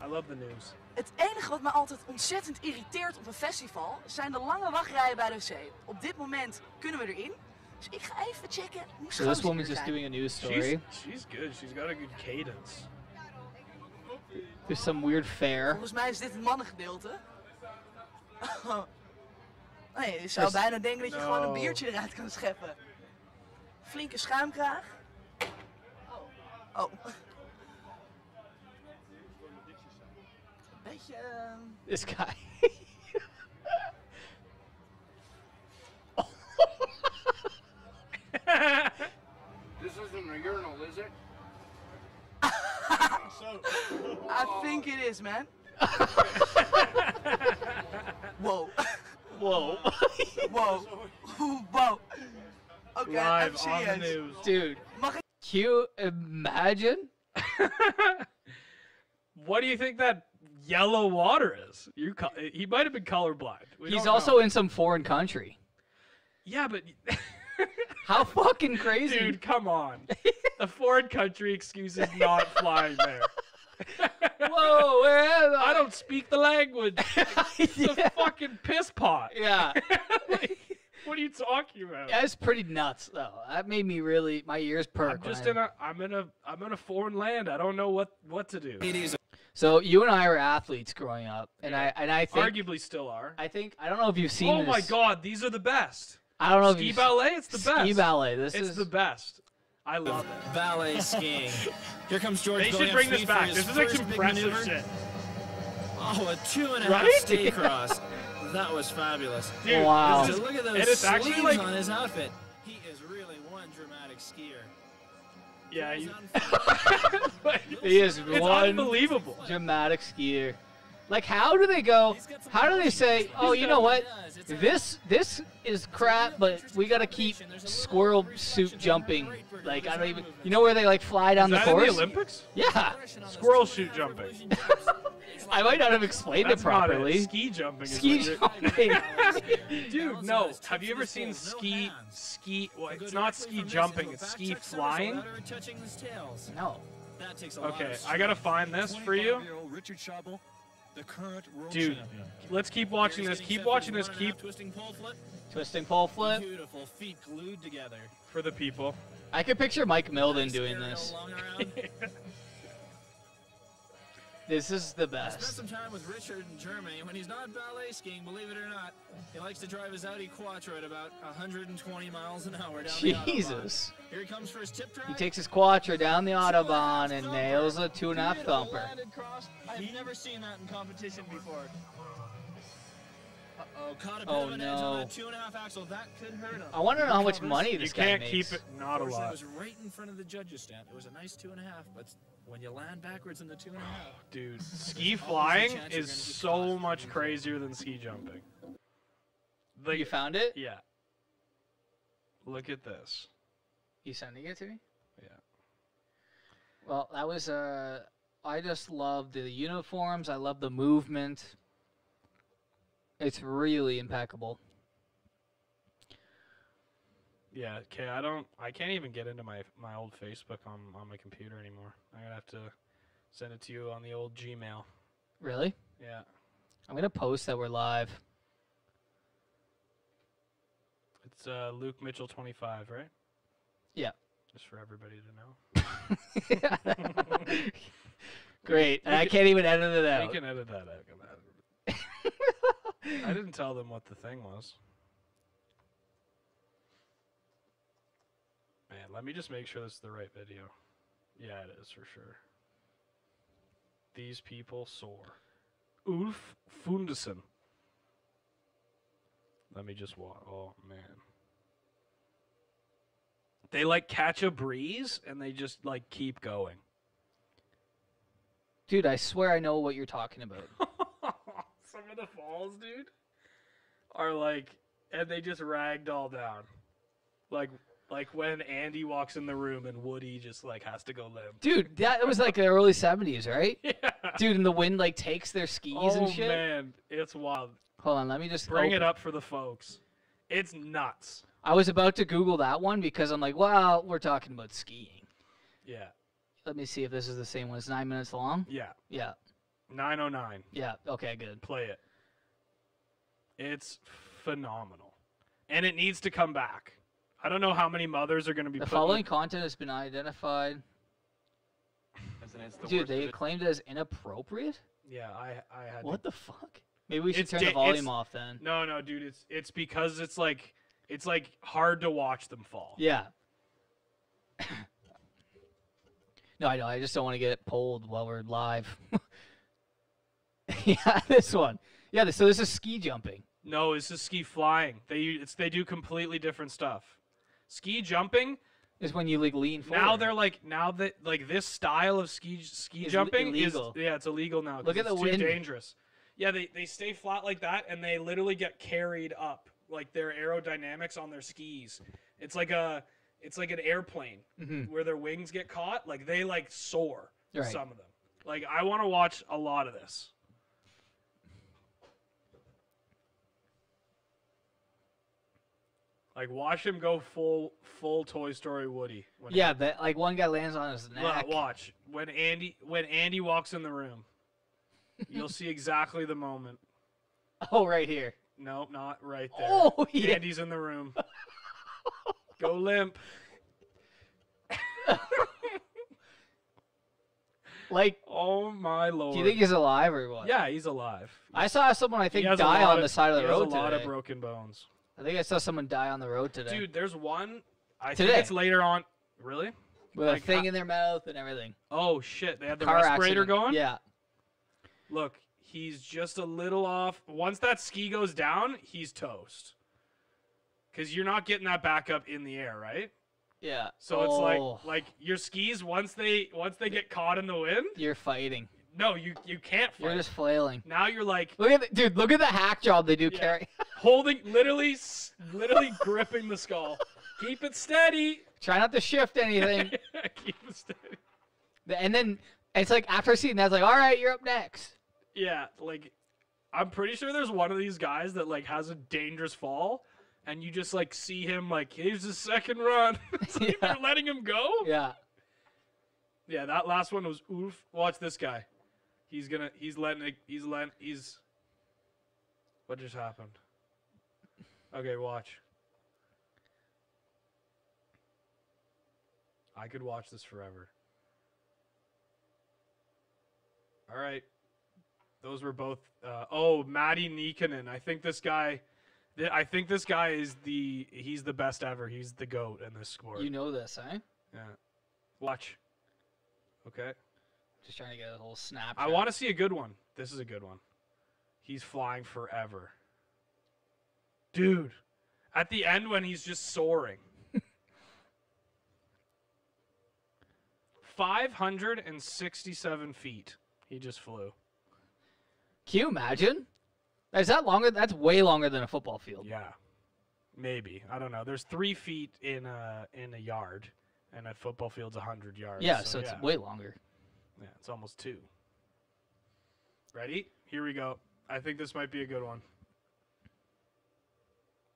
Speaker 1: I love the news.
Speaker 5: Het enige wat me altijd ontzettend irriteert op een festival zijn de lange wachtrijen bij de wc. Op dit moment kunnen we erin. Dus ik ga even checken hoe
Speaker 2: so
Speaker 5: schoon
Speaker 2: this
Speaker 5: ze hier
Speaker 2: woman's just
Speaker 5: zijn.
Speaker 2: doing a news story.
Speaker 1: She's, she's good. She's got a good cadence.
Speaker 2: There's some weird fair.
Speaker 5: Volgens mij is dit het mannengedeelte. nee, je zou
Speaker 2: Is-
Speaker 5: bijna denken dat je gewoon een
Speaker 1: No.
Speaker 5: biertje eruit kan scheppen. Flinke schuimkraag. Oh. Beetje... ehm,
Speaker 2: This guy.
Speaker 6: This isn't a urinal, is it?
Speaker 5: I think it is, man. Wow.
Speaker 2: Whoa.
Speaker 5: Wow. Wow. Oké,
Speaker 1: Live
Speaker 5: even
Speaker 1: on the
Speaker 5: serieus.
Speaker 1: news.
Speaker 2: Dude.
Speaker 5: Mag ik-
Speaker 2: Can you imagine?
Speaker 1: What do you think that yellow water is? You co- he might have been colorblind. We
Speaker 2: He's
Speaker 1: don't know.
Speaker 2: also in some foreign country.
Speaker 1: yeah, but
Speaker 2: How fucking crazy.
Speaker 1: Dude, come on. A foreign country excuses not flying there.
Speaker 2: Whoa, where am
Speaker 1: I
Speaker 2: I?
Speaker 1: don't speak the language. It's
Speaker 2: Yeah.
Speaker 1: a fucking piss pot.
Speaker 2: Yeah.
Speaker 1: Like, what are you talking about?
Speaker 2: That's pretty nuts though. That made me really my ears perk.
Speaker 1: I'm
Speaker 2: when
Speaker 1: just
Speaker 2: I-
Speaker 1: in a I'm in a I'm in a foreign land. I don't know what what to do.
Speaker 2: So you and I were athletes growing up, and I and I think
Speaker 1: Arguably still are.
Speaker 2: I think I don't know if you've seen.
Speaker 1: Oh my
Speaker 2: this.
Speaker 1: god, these are the best.
Speaker 2: I don't know if
Speaker 1: Ski
Speaker 2: you've
Speaker 1: ballet, it's the best.
Speaker 2: Ski ballet. This
Speaker 1: It's
Speaker 2: is
Speaker 1: the best. I love it.
Speaker 7: Ballet skiing. Here comes George.
Speaker 1: They
Speaker 7: going
Speaker 1: should
Speaker 7: up
Speaker 1: bring this
Speaker 7: speed for
Speaker 1: back.
Speaker 7: his
Speaker 1: This is like
Speaker 7: first
Speaker 1: some
Speaker 7: big
Speaker 1: impressive
Speaker 7: maneuver.
Speaker 1: shit.
Speaker 7: Oh, a two and a half
Speaker 1: Right?
Speaker 7: stay cross. that was fabulous.
Speaker 1: Dude,
Speaker 2: Wow.
Speaker 1: this is,
Speaker 7: So look at
Speaker 1: and
Speaker 7: those
Speaker 1: it's actually
Speaker 7: sleeves
Speaker 1: like
Speaker 7: on his outfit. He is really one dramatic skier.
Speaker 1: yeah,
Speaker 7: He's
Speaker 1: you,
Speaker 7: on fire.
Speaker 2: he is
Speaker 1: it's
Speaker 2: one
Speaker 1: unbelievable.
Speaker 2: dramatic skier. Like how do they go?
Speaker 7: He's got some
Speaker 2: How do they
Speaker 7: motion.
Speaker 2: say? Oh, you know what?
Speaker 7: He does. It's a-
Speaker 2: This this is crap, but we gotta keep squirrel suit jumping. Like I don't even. You know where they like fly down
Speaker 1: Is
Speaker 2: the
Speaker 1: that in the
Speaker 2: course?
Speaker 1: Olympics?
Speaker 2: yeah,
Speaker 1: Squirrel shoot jumping.
Speaker 2: I might not have explained
Speaker 1: That's
Speaker 2: it
Speaker 1: not it.
Speaker 2: properly.
Speaker 1: Ski jumping. is
Speaker 2: Ski
Speaker 1: what you're-
Speaker 2: jumping.
Speaker 1: Dude,
Speaker 7: Balance on
Speaker 1: no.
Speaker 7: his
Speaker 1: Have
Speaker 7: tips
Speaker 1: you
Speaker 7: of
Speaker 1: ever
Speaker 7: his
Speaker 1: seen
Speaker 7: foot, no
Speaker 1: ski
Speaker 7: hands.
Speaker 1: ski? Well,
Speaker 7: Go
Speaker 1: it's
Speaker 7: directly
Speaker 1: not
Speaker 7: from
Speaker 1: ski
Speaker 7: this
Speaker 1: jumping.
Speaker 7: into a
Speaker 1: It's
Speaker 7: back
Speaker 1: ski
Speaker 7: check service
Speaker 1: flying.
Speaker 7: without her touching his tails.
Speaker 2: no.
Speaker 7: That takes a lot
Speaker 1: Okay,
Speaker 7: of
Speaker 1: I gotta
Speaker 7: strength.
Speaker 1: find this for you,
Speaker 7: 25-year-old Richard Schaubel, the current world
Speaker 1: dude.
Speaker 7: champion.
Speaker 1: Let's keep watching
Speaker 7: Here's
Speaker 1: this.
Speaker 7: getting
Speaker 1: Keep
Speaker 7: set for
Speaker 1: watching
Speaker 7: the
Speaker 1: this.
Speaker 7: one and a
Speaker 1: Keep
Speaker 7: half twisting pole flip.
Speaker 2: Twisting pole flip.
Speaker 7: Beautiful feet glued together.
Speaker 1: for the people.
Speaker 2: I could picture Mike Milden
Speaker 7: Nice
Speaker 2: doing
Speaker 7: aerial
Speaker 2: this.
Speaker 7: long around.
Speaker 2: This is the
Speaker 7: I spent
Speaker 2: best.
Speaker 7: some time with Richard in Germany. When he's not ballet skiing, believe it or not, he likes to drive his Audi Quattro at about 120 miles an hour down the Autobahn.
Speaker 2: Jesus.
Speaker 7: Here he comes for his tip drag.
Speaker 2: He takes his quattro down the
Speaker 7: Two and a half
Speaker 2: Autobahn and
Speaker 7: thumper.
Speaker 2: nails a two and a half
Speaker 7: Beautiful
Speaker 2: thumper.
Speaker 7: landed cross. I've never seen that in competition before. Uh-oh, caught a bit
Speaker 2: Oh,
Speaker 7: of an edge on
Speaker 2: no.
Speaker 7: that two and a half axle. That could hurt him.
Speaker 2: I want to know how much
Speaker 7: Recovers.
Speaker 2: money
Speaker 1: You
Speaker 2: this guy
Speaker 1: can't
Speaker 2: makes.
Speaker 1: keep it not a
Speaker 7: Of course, That
Speaker 1: lot,
Speaker 7: was right in front of the judges' stand. It was a nice two and a half, but when you land backwards in the two and a half,
Speaker 1: dude. Ski
Speaker 7: always a
Speaker 1: flying
Speaker 7: chance you're
Speaker 1: is
Speaker 7: gonna get
Speaker 1: so
Speaker 7: caught.
Speaker 1: much crazier than ski jumping. Like,
Speaker 2: You found it?
Speaker 1: yeah. Look at this.
Speaker 2: You sending it to me?
Speaker 1: Yeah.
Speaker 2: Well, that was uh I just love the uniforms. I love the movement. It's really impeccable.
Speaker 1: Yeah, okay. I don't. I can't even get into my my old Facebook on on my computer anymore. I'm gonna have to send it to you on the old Gmail.
Speaker 2: Really?
Speaker 1: Yeah.
Speaker 2: I'm gonna post that we're live.
Speaker 1: It's uh, Luke Mitchell 25, right?
Speaker 2: Yeah.
Speaker 1: Just for everybody to know.
Speaker 2: Great. And I
Speaker 1: can-
Speaker 2: can't even edit it
Speaker 1: We
Speaker 2: out.
Speaker 1: can edit that out. I didn't tell them what the thing was. Man, let me just make sure this is the right video. Yeah, it is for sure. These people soar. Ulf Fundesen. Let me just walk. Oh, man. They like catch a breeze and they just like keep going.
Speaker 2: Dude, I swear I know what you're talking about.
Speaker 1: Some of the falls, dude, are like, and they just ragged all down. Like, like when Andy walks in the room and Woody just like has to go limp.
Speaker 2: Dude, that was like the early 70s, right?
Speaker 1: Yeah.
Speaker 2: Dude, and the wind like takes their skis
Speaker 1: Oh
Speaker 2: and shit.
Speaker 1: man, it's wild.
Speaker 2: Hold on, let me just
Speaker 1: Bring
Speaker 2: open-
Speaker 1: it up for the folks. It's nuts.
Speaker 2: I was about to Google that one because I'm like, well, we're talking about skiing.
Speaker 1: Yeah,
Speaker 2: Let me see if this is the same one. It's nine minutes long.
Speaker 1: yeah.
Speaker 2: Yeah,
Speaker 1: Nine oh nine.
Speaker 2: yeah. Okay, good.
Speaker 1: Play it. It's phenomenal, and it needs to come back. I don't know how many mothers are going to be
Speaker 2: The
Speaker 1: putting-
Speaker 2: following content has been identified.
Speaker 8: It's the
Speaker 2: Dude,
Speaker 8: worst
Speaker 2: they
Speaker 8: of it.
Speaker 2: claimed it as inappropriate.
Speaker 1: Yeah, I I had to
Speaker 2: What the fuck? Maybe we should
Speaker 1: It's
Speaker 2: turn
Speaker 1: da-
Speaker 2: the
Speaker 1: it's-
Speaker 2: volume off then.
Speaker 1: No, no, dude. It's it's because it's like it's like hard to watch them fall.
Speaker 2: Yeah. no, I know. I just don't want to get pulled while we're live. yeah, this one. Yeah, this, so this is ski jumping.
Speaker 1: No, it's just ski flying. They u- it's they do completely different stuff. Ski jumping.
Speaker 2: Is when you like lean forward.
Speaker 1: Now they're like now that like this style of ski j- ski
Speaker 2: Is l-
Speaker 1: jumping
Speaker 2: illegal.
Speaker 1: is yeah it's illegal now. 'cause
Speaker 2: Look at
Speaker 1: it's
Speaker 2: the
Speaker 1: too
Speaker 2: wind.
Speaker 1: Dangerous. Yeah, they they stay flat like that and they literally get carried up like their aerodynamics on their skis. It's like a it's like an airplane
Speaker 2: Mhm.
Speaker 1: where their wings get caught. Like they like soar.
Speaker 2: Right.
Speaker 1: Some of them. Like I want to watch a lot of this. Like watch him go full full Toy Story Woody. when he-
Speaker 2: Yeah, but like one guy lands on his
Speaker 1: Wa-
Speaker 2: neck.
Speaker 1: Watch when Andy when Andy walks in the room, you'll see exactly the moment.
Speaker 2: Oh, right here.
Speaker 1: Nope, not right there.
Speaker 2: Oh, yeah.
Speaker 1: Andy's in the room. Go limp.
Speaker 2: Like,
Speaker 1: Oh my lord.
Speaker 2: do you think he's alive or what?
Speaker 1: yeah, he's alive.
Speaker 2: I saw someone I
Speaker 1: He
Speaker 2: think
Speaker 1: has a
Speaker 2: die
Speaker 1: lot
Speaker 2: on
Speaker 1: of-
Speaker 2: the side of
Speaker 1: he
Speaker 2: the
Speaker 1: has
Speaker 2: road
Speaker 1: a lot
Speaker 2: today.
Speaker 1: of broken bones.
Speaker 2: I think I saw someone die on the road today.
Speaker 1: Dude, there's one. I
Speaker 2: Today.
Speaker 1: think it's later on. Really?
Speaker 2: with a
Speaker 1: like,
Speaker 2: thing
Speaker 1: I-
Speaker 2: in their mouth and everything.
Speaker 1: Oh shit! They had the
Speaker 2: Car
Speaker 1: respirator
Speaker 2: accident.
Speaker 1: going.
Speaker 2: Yeah.
Speaker 1: Look, he's just a little off. Once that ski goes down, he's toast. Cause you're not getting that back up in the air, right?
Speaker 2: Yeah.
Speaker 1: So
Speaker 2: Oh,
Speaker 1: it's like like your skis once they once they get caught in the wind,
Speaker 2: you're fighting.
Speaker 1: no, you you can't
Speaker 2: You're
Speaker 1: fight.
Speaker 2: just flailing.
Speaker 1: Now you're like
Speaker 2: Look at the, dude. Look at the hack job they do,
Speaker 1: Yeah.
Speaker 2: carry.
Speaker 1: holding literally s- literally gripping the skull. Keep it steady.
Speaker 2: Try not to shift anything.
Speaker 1: Keep it steady.
Speaker 2: Th- and then it's like after seeing that's like, all right, you're up next.
Speaker 1: Yeah, like I'm pretty sure there's one of these guys that like has a dangerous fall and you just like see him like here's his second run. It's like,
Speaker 2: Yeah.
Speaker 1: They're letting him go?
Speaker 2: Yeah.
Speaker 1: Yeah, that last one was oof. Watch this guy. He's gonna. He's letting. It, he's letting. He's. What just happened? Okay, watch. I could watch this forever. All right, those were both. Uh, oh, Maddie Nikonen. I think this guy. th- I think this guy is the. He's the best ever. He's the goat in this sport.
Speaker 2: You know this, eh?
Speaker 1: yeah. Watch. Okay.
Speaker 2: Just trying to get a whole snap.
Speaker 1: I want to see a good one. This is a good one. He's flying forever. Dude, at the end when he's just soaring. 567 feet. He just flew.
Speaker 2: Can you imagine? Is that longer? That's way longer than a football field.
Speaker 1: Yeah. Maybe. I don't know. There's three feet in a, in a yard, and a football field's 100 yards.
Speaker 2: Yeah, so, it's
Speaker 1: yeah.
Speaker 2: way longer.
Speaker 1: Yeah, it's almost two. Ready? Here we go. I think this might be a good one.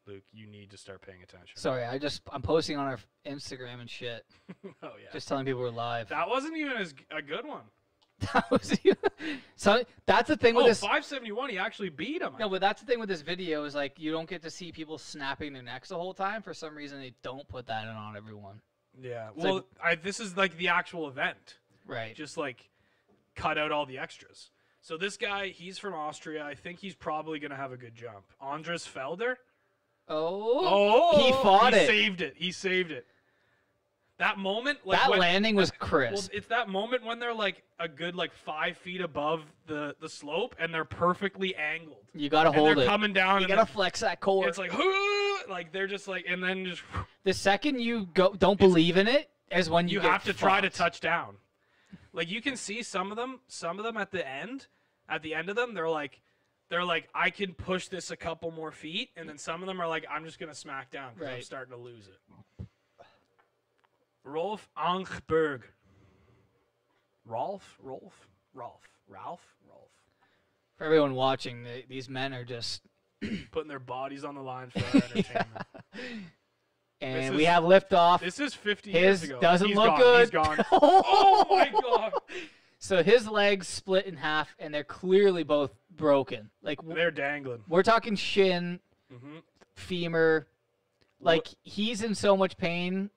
Speaker 1: Luke, you need to start paying attention.
Speaker 2: Sorry, I just I'm posting on our f- Instagram and shit,
Speaker 1: oh yeah.
Speaker 2: just telling people we're live.
Speaker 1: that wasn't even as g- a good one.
Speaker 2: That was so that's the thing with
Speaker 1: Oh,
Speaker 2: this.
Speaker 1: 571. He actually beat him.
Speaker 2: No, but that's the thing with this video is like you don't get to see people snapping their necks the whole time. For some reason, they don't put that in on everyone.
Speaker 1: yeah.
Speaker 2: like-
Speaker 1: Well, I, this is like the actual event.
Speaker 2: Right.
Speaker 1: Just like cut out all the extras. So this guy, he's from Austria. I think he's probably gonna have a good jump. Andres Felder.
Speaker 2: Oh,
Speaker 1: Oh,
Speaker 2: He fought
Speaker 1: he
Speaker 2: it.
Speaker 1: Saved it. He saved it. That moment, like
Speaker 2: that
Speaker 1: when-
Speaker 2: landing was
Speaker 1: Well,
Speaker 2: crisp.
Speaker 1: it's that moment when they're like a good like five feet above the the slope and they're perfectly angled.
Speaker 2: you gotta
Speaker 1: and
Speaker 2: hold
Speaker 1: they're
Speaker 2: it.
Speaker 1: coming down.
Speaker 2: You
Speaker 1: and
Speaker 2: gotta
Speaker 1: they're-
Speaker 2: flex that core.
Speaker 1: it's like whoo, like they're just like, and then just
Speaker 2: the second you go, don't believe in it is when you
Speaker 1: you
Speaker 2: get
Speaker 1: have to try to
Speaker 2: fucked.
Speaker 1: touch down. Like you can see some of them, some of them at the end, at the end of them, they're like, they're like, I can push this a couple more feet, and then some of them are like, I'm just gonna smack down because I'm
Speaker 2: Right.
Speaker 1: starting to lose it. Rolf Anchberg. Rolf, Rolf, Rolf, Ralph, Rolf,
Speaker 2: For everyone watching, the, these men are just.
Speaker 1: putting their bodies on the line for our entertainment.
Speaker 2: And
Speaker 1: This
Speaker 2: we
Speaker 1: is-
Speaker 2: have liftoff.
Speaker 1: This is 50 years
Speaker 2: His
Speaker 1: ago.
Speaker 2: doesn't
Speaker 1: He's
Speaker 2: look
Speaker 1: gone,
Speaker 2: good.
Speaker 1: He's gone. Oh my god!
Speaker 2: So his legs split in half, and they're clearly both broken. Like w-
Speaker 1: They're dangling.
Speaker 2: we're talking shin,
Speaker 1: Mhm.
Speaker 2: femur. Like he's in so much pain.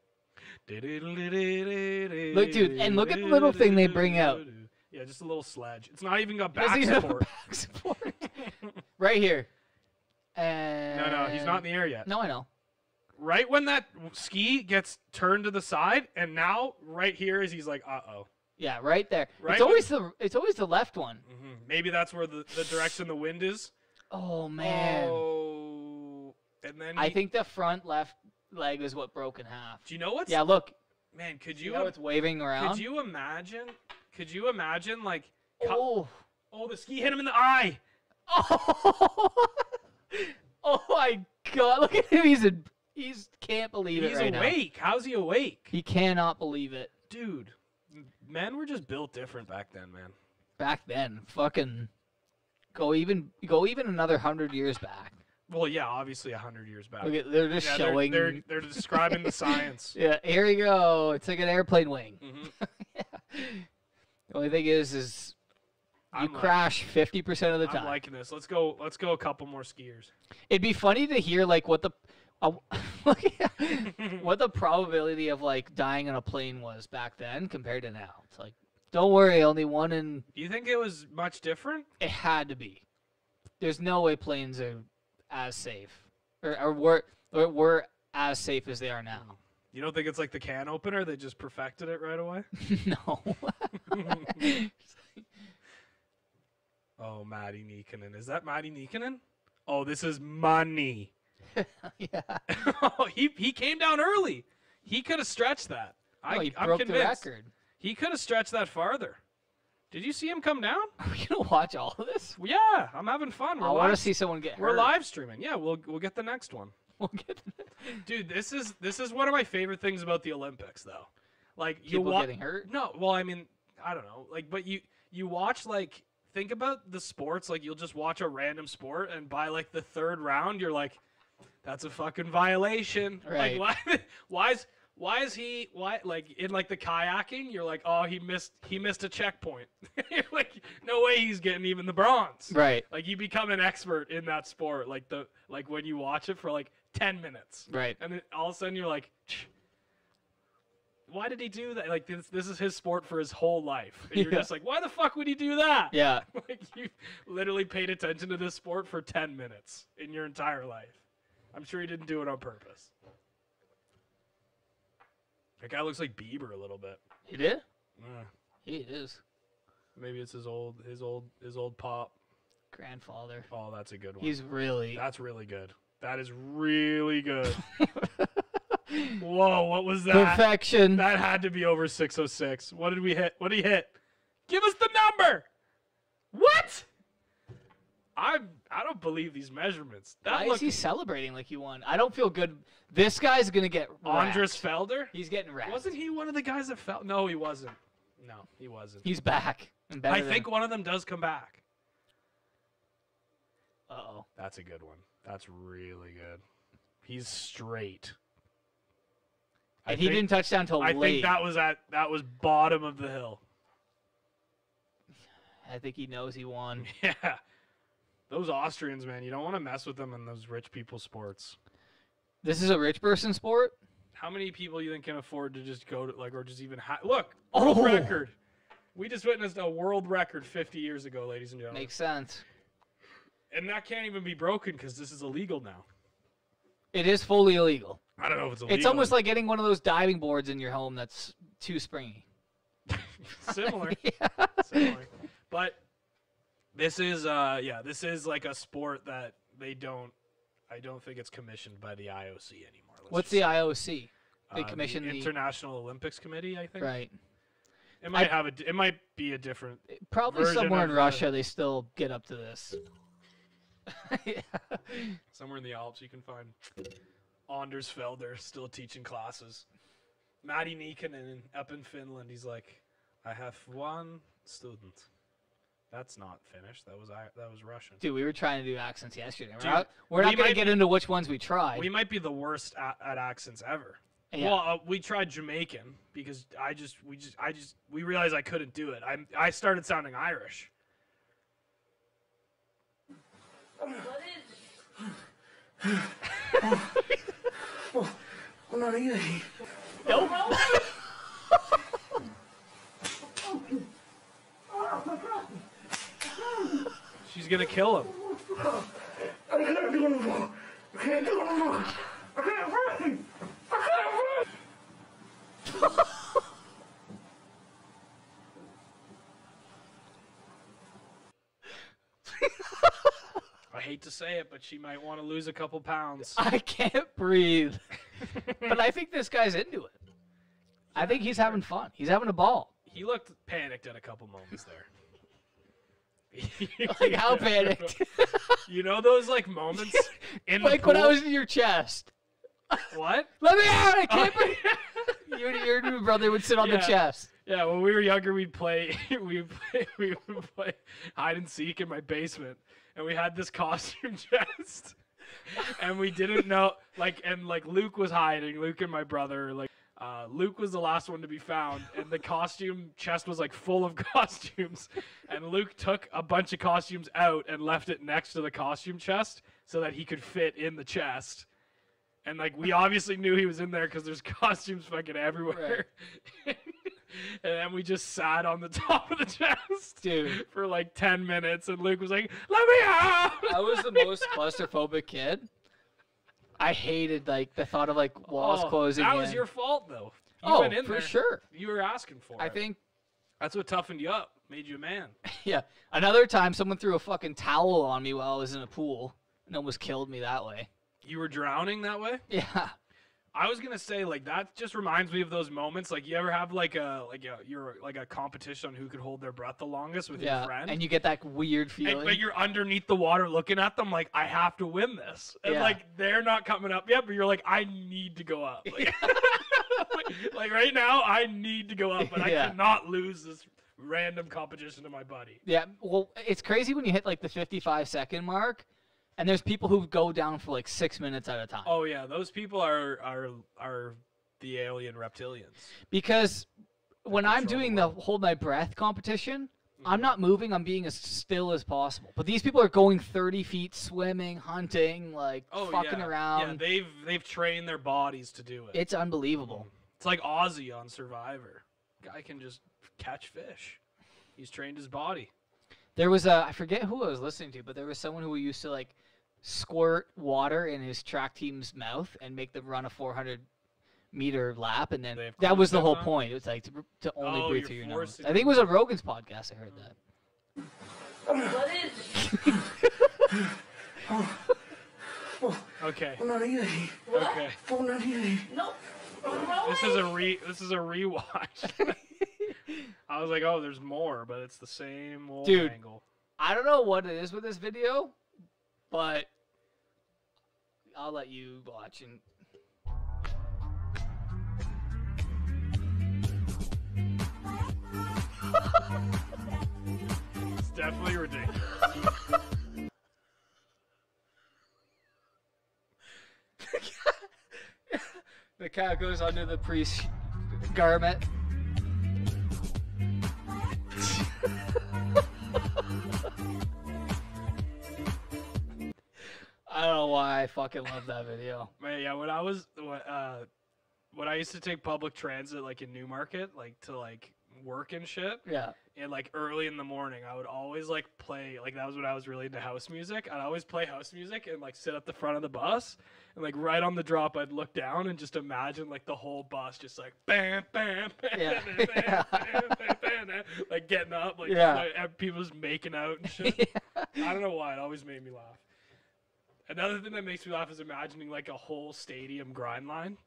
Speaker 1: Look,
Speaker 2: dude, and look at the little thing they bring out.
Speaker 1: Yeah, just a little sledge. It's not even got
Speaker 2: Does
Speaker 1: back
Speaker 2: he have a
Speaker 1: support.
Speaker 2: back support? right here. And
Speaker 1: No, no, he's not in the air yet.
Speaker 2: No, I know.
Speaker 1: Right when that w- ski gets turned to the side, and now right here is he's like, uh oh.
Speaker 2: Yeah, right there.
Speaker 1: Right Mm.
Speaker 2: It's always the it's always the left one.
Speaker 1: Mm-hmm. Maybe that's where the, the direction the wind is.
Speaker 2: Oh man.
Speaker 1: Oh. And then
Speaker 2: I
Speaker 1: he-
Speaker 2: think the front left leg is what broke in half.
Speaker 1: Do you know what's
Speaker 2: Yeah, look.
Speaker 1: man? Could
Speaker 2: You
Speaker 1: you
Speaker 2: know it's waving around.
Speaker 1: could you imagine? Could you imagine like? cu-
Speaker 2: oh.
Speaker 1: oh, the ski hit him in the eye.
Speaker 2: Oh. oh my god. Look at him. He's in, he's can't believe
Speaker 1: He's
Speaker 2: it right now.
Speaker 1: awake. How's he awake?
Speaker 2: He cannot believe it.
Speaker 1: Dude, m- men were just built different back then, man.
Speaker 2: Back then, fucking go even go even another 100 years back.
Speaker 1: Well, yeah, obviously a hundred years back.
Speaker 2: Look at, they're just
Speaker 1: Yeah, they're-
Speaker 2: showing
Speaker 1: They're, they're, describing the science.
Speaker 2: Yeah, here we go. It's like an airplane wing.
Speaker 1: Mhm.
Speaker 2: The only thing is, is you
Speaker 1: I'm, like-
Speaker 2: crash fifty percent of the
Speaker 1: I'm
Speaker 2: time.
Speaker 1: liking this. Let's go. Let's go a couple more skiers.
Speaker 2: It'd be funny to hear like what the uh, what the probability of like dying on a plane was back then compared to now. It's like, don't worry, only one in
Speaker 1: Do you think it was much different?
Speaker 2: it had to be. There's no way planes are as safe or, or were or were as safe as they are now.
Speaker 1: You don't think it's like the can opener? They just perfected it right away.
Speaker 2: no.
Speaker 1: Oh, Maddie Niekanen. Is that Maddie Niekanen? Oh, this is money.
Speaker 2: yeah.
Speaker 1: oh, he he came down early. He could have stretched that. I,
Speaker 2: No, he
Speaker 1: I'm
Speaker 2: broke the
Speaker 1: convinced.
Speaker 2: record.
Speaker 1: He could have stretched that farther. Did you see him come down?
Speaker 2: Are we gonna watch all of this?
Speaker 1: Well, yeah, I'm having fun. We're
Speaker 2: I want to
Speaker 1: live.
Speaker 2: see someone get
Speaker 1: We're
Speaker 2: hurt.
Speaker 1: live streaming. Yeah, we'll we'll get the next one.
Speaker 2: We'll get
Speaker 1: Dude, this is this is one of my favorite things about the Olympics, though. Like you
Speaker 2: people
Speaker 1: wa-
Speaker 2: getting hurt.
Speaker 1: No, well, I mean, I don't know. Like, but you you watch like think about the sports. Like you'll just watch a random sport, and by like the third round, you're like, that's a fucking violation.
Speaker 2: Right.
Speaker 1: Like why why is why is he why like in like the kayaking? You're like, oh, he missed he missed a checkpoint. You're like, no way, he's getting even the bronze.
Speaker 2: Right,
Speaker 1: Like you become an expert in that sport. Like the like when you watch it for like ten minutes.
Speaker 2: right.
Speaker 1: And then all of a sudden you're like, "Tch, why did he do that? Like this, this is his sport for his whole life. And you're
Speaker 2: Yeah.
Speaker 1: just like, why the fuck would he do that?
Speaker 2: Yeah,
Speaker 1: Like you literally paid attention to this sport for 10 minutes in your entire life. I'm sure he didn't do it on purpose. That guy looks like Bieber a little bit.
Speaker 2: he did.
Speaker 1: Yeah.
Speaker 2: He is
Speaker 1: Maybe it's his old, his old, his old pop.
Speaker 2: grandfather.
Speaker 1: Oh, that's a good one.
Speaker 2: He's really.
Speaker 1: that's really good. That is really good. Whoa, what was that?
Speaker 2: Perfection.
Speaker 1: That had to be over 606. What did we hit? What did he hit? Give us the number. What? I I don't believe these measurements. That
Speaker 2: Why is
Speaker 1: looks
Speaker 2: he celebrating like he won? I don't feel good. This guy's gonna get
Speaker 1: Andres
Speaker 2: wrecked.
Speaker 1: Felder.
Speaker 2: He's getting wrecked.
Speaker 1: Wasn't he one of the guys that fell? No, he wasn't. No, he wasn't.
Speaker 2: He's back. And better
Speaker 1: I think one of them does come back.
Speaker 2: Uh oh.
Speaker 1: That's a good one. That's really good. He's straight. I
Speaker 2: And he
Speaker 1: think-
Speaker 2: didn't touch down till
Speaker 1: I
Speaker 2: late.
Speaker 1: think that was at that was bottom of the hill.
Speaker 2: I think he knows he won.
Speaker 1: Yeah. Those Austrians, man, you don't want to mess with them in those rich people sports.
Speaker 2: This is a rich person sport.
Speaker 1: How many people you think can afford to just go to like or just even ha- look world
Speaker 2: Oh.
Speaker 1: record, We just witnessed a world record 50 years ago, ladies and gentlemen.
Speaker 2: Makes sense.
Speaker 1: and that can't even be broken because this is illegal now.
Speaker 2: It is fully illegal.
Speaker 1: I don't know if it's illegal.
Speaker 2: It's almost like getting one of those diving boards in your home that's too springy.
Speaker 1: similar.
Speaker 2: Yeah.
Speaker 1: similar. But this is uh yeah, this is like a sport that they don't I don't think it's commissioned by the IOC anymore. Let's
Speaker 2: What's
Speaker 1: just
Speaker 2: the
Speaker 1: say.
Speaker 2: IOC? They
Speaker 1: Uh,
Speaker 2: commission
Speaker 1: the
Speaker 2: the,
Speaker 1: International Olympics Committee, I think.
Speaker 2: right.
Speaker 1: It might have a d- it might be a different
Speaker 2: Probably
Speaker 1: version
Speaker 2: somewhere
Speaker 1: of
Speaker 2: in
Speaker 1: the-
Speaker 2: Russia they still get up to this. yeah.
Speaker 1: somewhere in the Alps you can find Anders Felder still teaching classes. Matti Niikanen up in Finland, he's like, I have one student. That's not Finnish. That was I. That was Russian.
Speaker 2: Dude, we were trying to do accents yesterday. We're
Speaker 1: Dude,
Speaker 2: not, we're
Speaker 1: we
Speaker 2: not going
Speaker 1: might
Speaker 2: to get into which ones we tried.
Speaker 1: We might be the worst at, at accents ever.
Speaker 2: Yeah.
Speaker 1: Well, uh, we tried Jamaican because I just we just I just we realized I couldn't do it. I I started sounding Irish. She's gonna kill him. I hate to say it, but she might want to lose a couple pounds.
Speaker 2: I can't breathe. but I think this guy's into it. I think he's having fun. He's having a ball.
Speaker 1: He looked panicked at a couple moments there.
Speaker 2: Like how panicked.
Speaker 1: You know those like moments in
Speaker 2: like
Speaker 1: the
Speaker 2: when I
Speaker 1: pool?
Speaker 2: was in your chest.
Speaker 1: what?
Speaker 2: Let me out! I can't
Speaker 1: Oh,
Speaker 2: breathe. You and your new brother would sit on
Speaker 1: Yeah.
Speaker 2: the chest.
Speaker 1: Yeah, when we were younger, we'd play, we would play, we would play hide and seek in my basement, and we had this costume chest, and we didn't know, like, and like Luke was hiding, Luke and my brother, like, uh, Luke was the last one to be found, and the costume chest was like full of costumes, and Luke took a bunch of costumes out and left it next to the costume chest so that he could fit in the chest. And like we obviously knew he was in there because there's costumes fucking everywhere. and then we just sat on the top of the chest
Speaker 2: Dude.
Speaker 1: for like ten minutes, and Luke was like, "Let me out!"
Speaker 2: I was the most claustrophobic kid. I hated like the thought of like walls
Speaker 1: Oh,
Speaker 2: closing.
Speaker 1: That was
Speaker 2: in.
Speaker 1: your fault though. You
Speaker 2: oh,
Speaker 1: went in
Speaker 2: for
Speaker 1: there.
Speaker 2: sure.
Speaker 1: You were asking for
Speaker 2: I
Speaker 1: it.
Speaker 2: think
Speaker 1: that's what toughened you up, made you a man.
Speaker 2: yeah. Another time, someone threw a fucking towel on me while I was in a pool and almost killed me that way.
Speaker 1: You were drowning that way.
Speaker 2: Yeah.
Speaker 1: I was gonna say like that just reminds me of those moments. Like you ever have like a like a you're like a competition on who could hold their breath the longest with
Speaker 2: yeah.
Speaker 1: your friend.
Speaker 2: And you get that weird
Speaker 1: And-
Speaker 2: feeling.
Speaker 1: but you're underneath the water looking at them like I have to win this, and
Speaker 2: Yeah.
Speaker 1: like they're not coming up yet. But you're like I need to go up. Like, like, like, right now, I need to go up, but I
Speaker 2: Yeah.
Speaker 1: cannot lose this random competition to my buddy.
Speaker 2: Yeah, well, it's crazy when you hit like the 55 second mark, and there's people who go down for like six minutes at a time.
Speaker 1: Oh yeah, those people are are are the alien reptilians.
Speaker 2: Because when I'm
Speaker 1: control the Mm-hmm.
Speaker 2: doing the hold my breath competition, I'm not moving, I'm being as still as possible. But these people are going 30 feet, swimming, hunting, like
Speaker 1: Oh yeah.
Speaker 2: fucking
Speaker 1: Yeah,
Speaker 2: around.
Speaker 1: they've they've trained their bodies to do it.
Speaker 2: it's unbelievable.
Speaker 1: It's like Ozzy on Survivor. Guy can just catch fish. He's trained his body.
Speaker 2: There was a, I forget who I was listening to, but there was someone who used to like squirt water in his track team's mouth and make them run a 400 meter lap. And then
Speaker 1: They have
Speaker 2: that was the
Speaker 1: closed-up
Speaker 2: whole
Speaker 1: now?
Speaker 2: point. It was like to, br- to only
Speaker 1: Oh,
Speaker 2: breathe
Speaker 1: you're
Speaker 2: through your nose.
Speaker 1: forcing
Speaker 2: I think it was a Rogan's podcast. I heard that.
Speaker 1: Okay. Okay. This is a re this is a rewatch. I was like, oh, there's more, but it's the same old
Speaker 2: Dude.
Speaker 1: angle.
Speaker 2: I don't know what it is with this video, but I'll let you watch and.
Speaker 1: It's definitely ridiculous.
Speaker 2: The cow goes under the priest's garment. I don't know why I fucking love that video.
Speaker 1: Man, yeah, when I was when, uh, when I used to take public transit, like in Newmarket, like to like work and shit.
Speaker 2: Yeah.
Speaker 1: And like early in the morning, I would always like play like that was when I was really into house music. I'd always play house music and like sit at the front of the bus and like right on the drop, I'd look down and just imagine like the whole bus just like bam, bam, bam,
Speaker 2: Yeah.
Speaker 1: bam, bam, bam, bam, bam, like getting up, like,
Speaker 2: Yeah.
Speaker 1: like, ev- people just making out and shit. I don't know why it always made me laugh. Another thing that makes me laugh is imagining like a whole stadium grind line,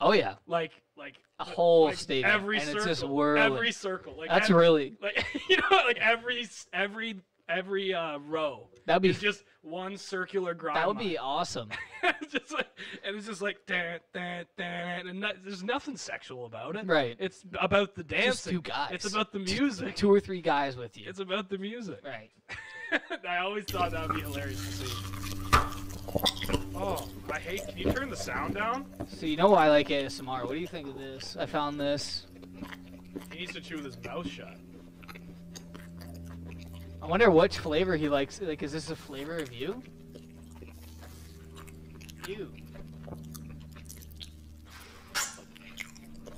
Speaker 2: Oh yeah.
Speaker 1: like like
Speaker 2: A
Speaker 1: like-
Speaker 2: whole
Speaker 1: like
Speaker 2: stadium,
Speaker 1: every
Speaker 2: and
Speaker 1: circle,
Speaker 2: it's just whirling.
Speaker 1: every circle, like
Speaker 2: That's
Speaker 1: ev-
Speaker 2: really
Speaker 1: like you know, like every s- every every uh, row
Speaker 2: that'd be
Speaker 1: is just one circular grind.
Speaker 2: that would
Speaker 1: line.
Speaker 2: be awesome.
Speaker 1: It's just like, and it's just like dan dan dan, and not, there's nothing sexual about it.
Speaker 2: Right.
Speaker 1: It's about the dancing.
Speaker 2: Just two guys.
Speaker 1: It's about the
Speaker 2: Two-
Speaker 1: music.
Speaker 2: Two or three guys with you.
Speaker 1: It's about the music.
Speaker 2: Right.
Speaker 1: I always thought that would be hilarious to see. Oh, I hate. Can you turn the sound down?
Speaker 2: So you know why I like ASMR. What do you think of this? I found this.
Speaker 1: He needs to chew with his mouth shut.
Speaker 2: I wonder which flavor he likes. Like, is this a flavor of you? You.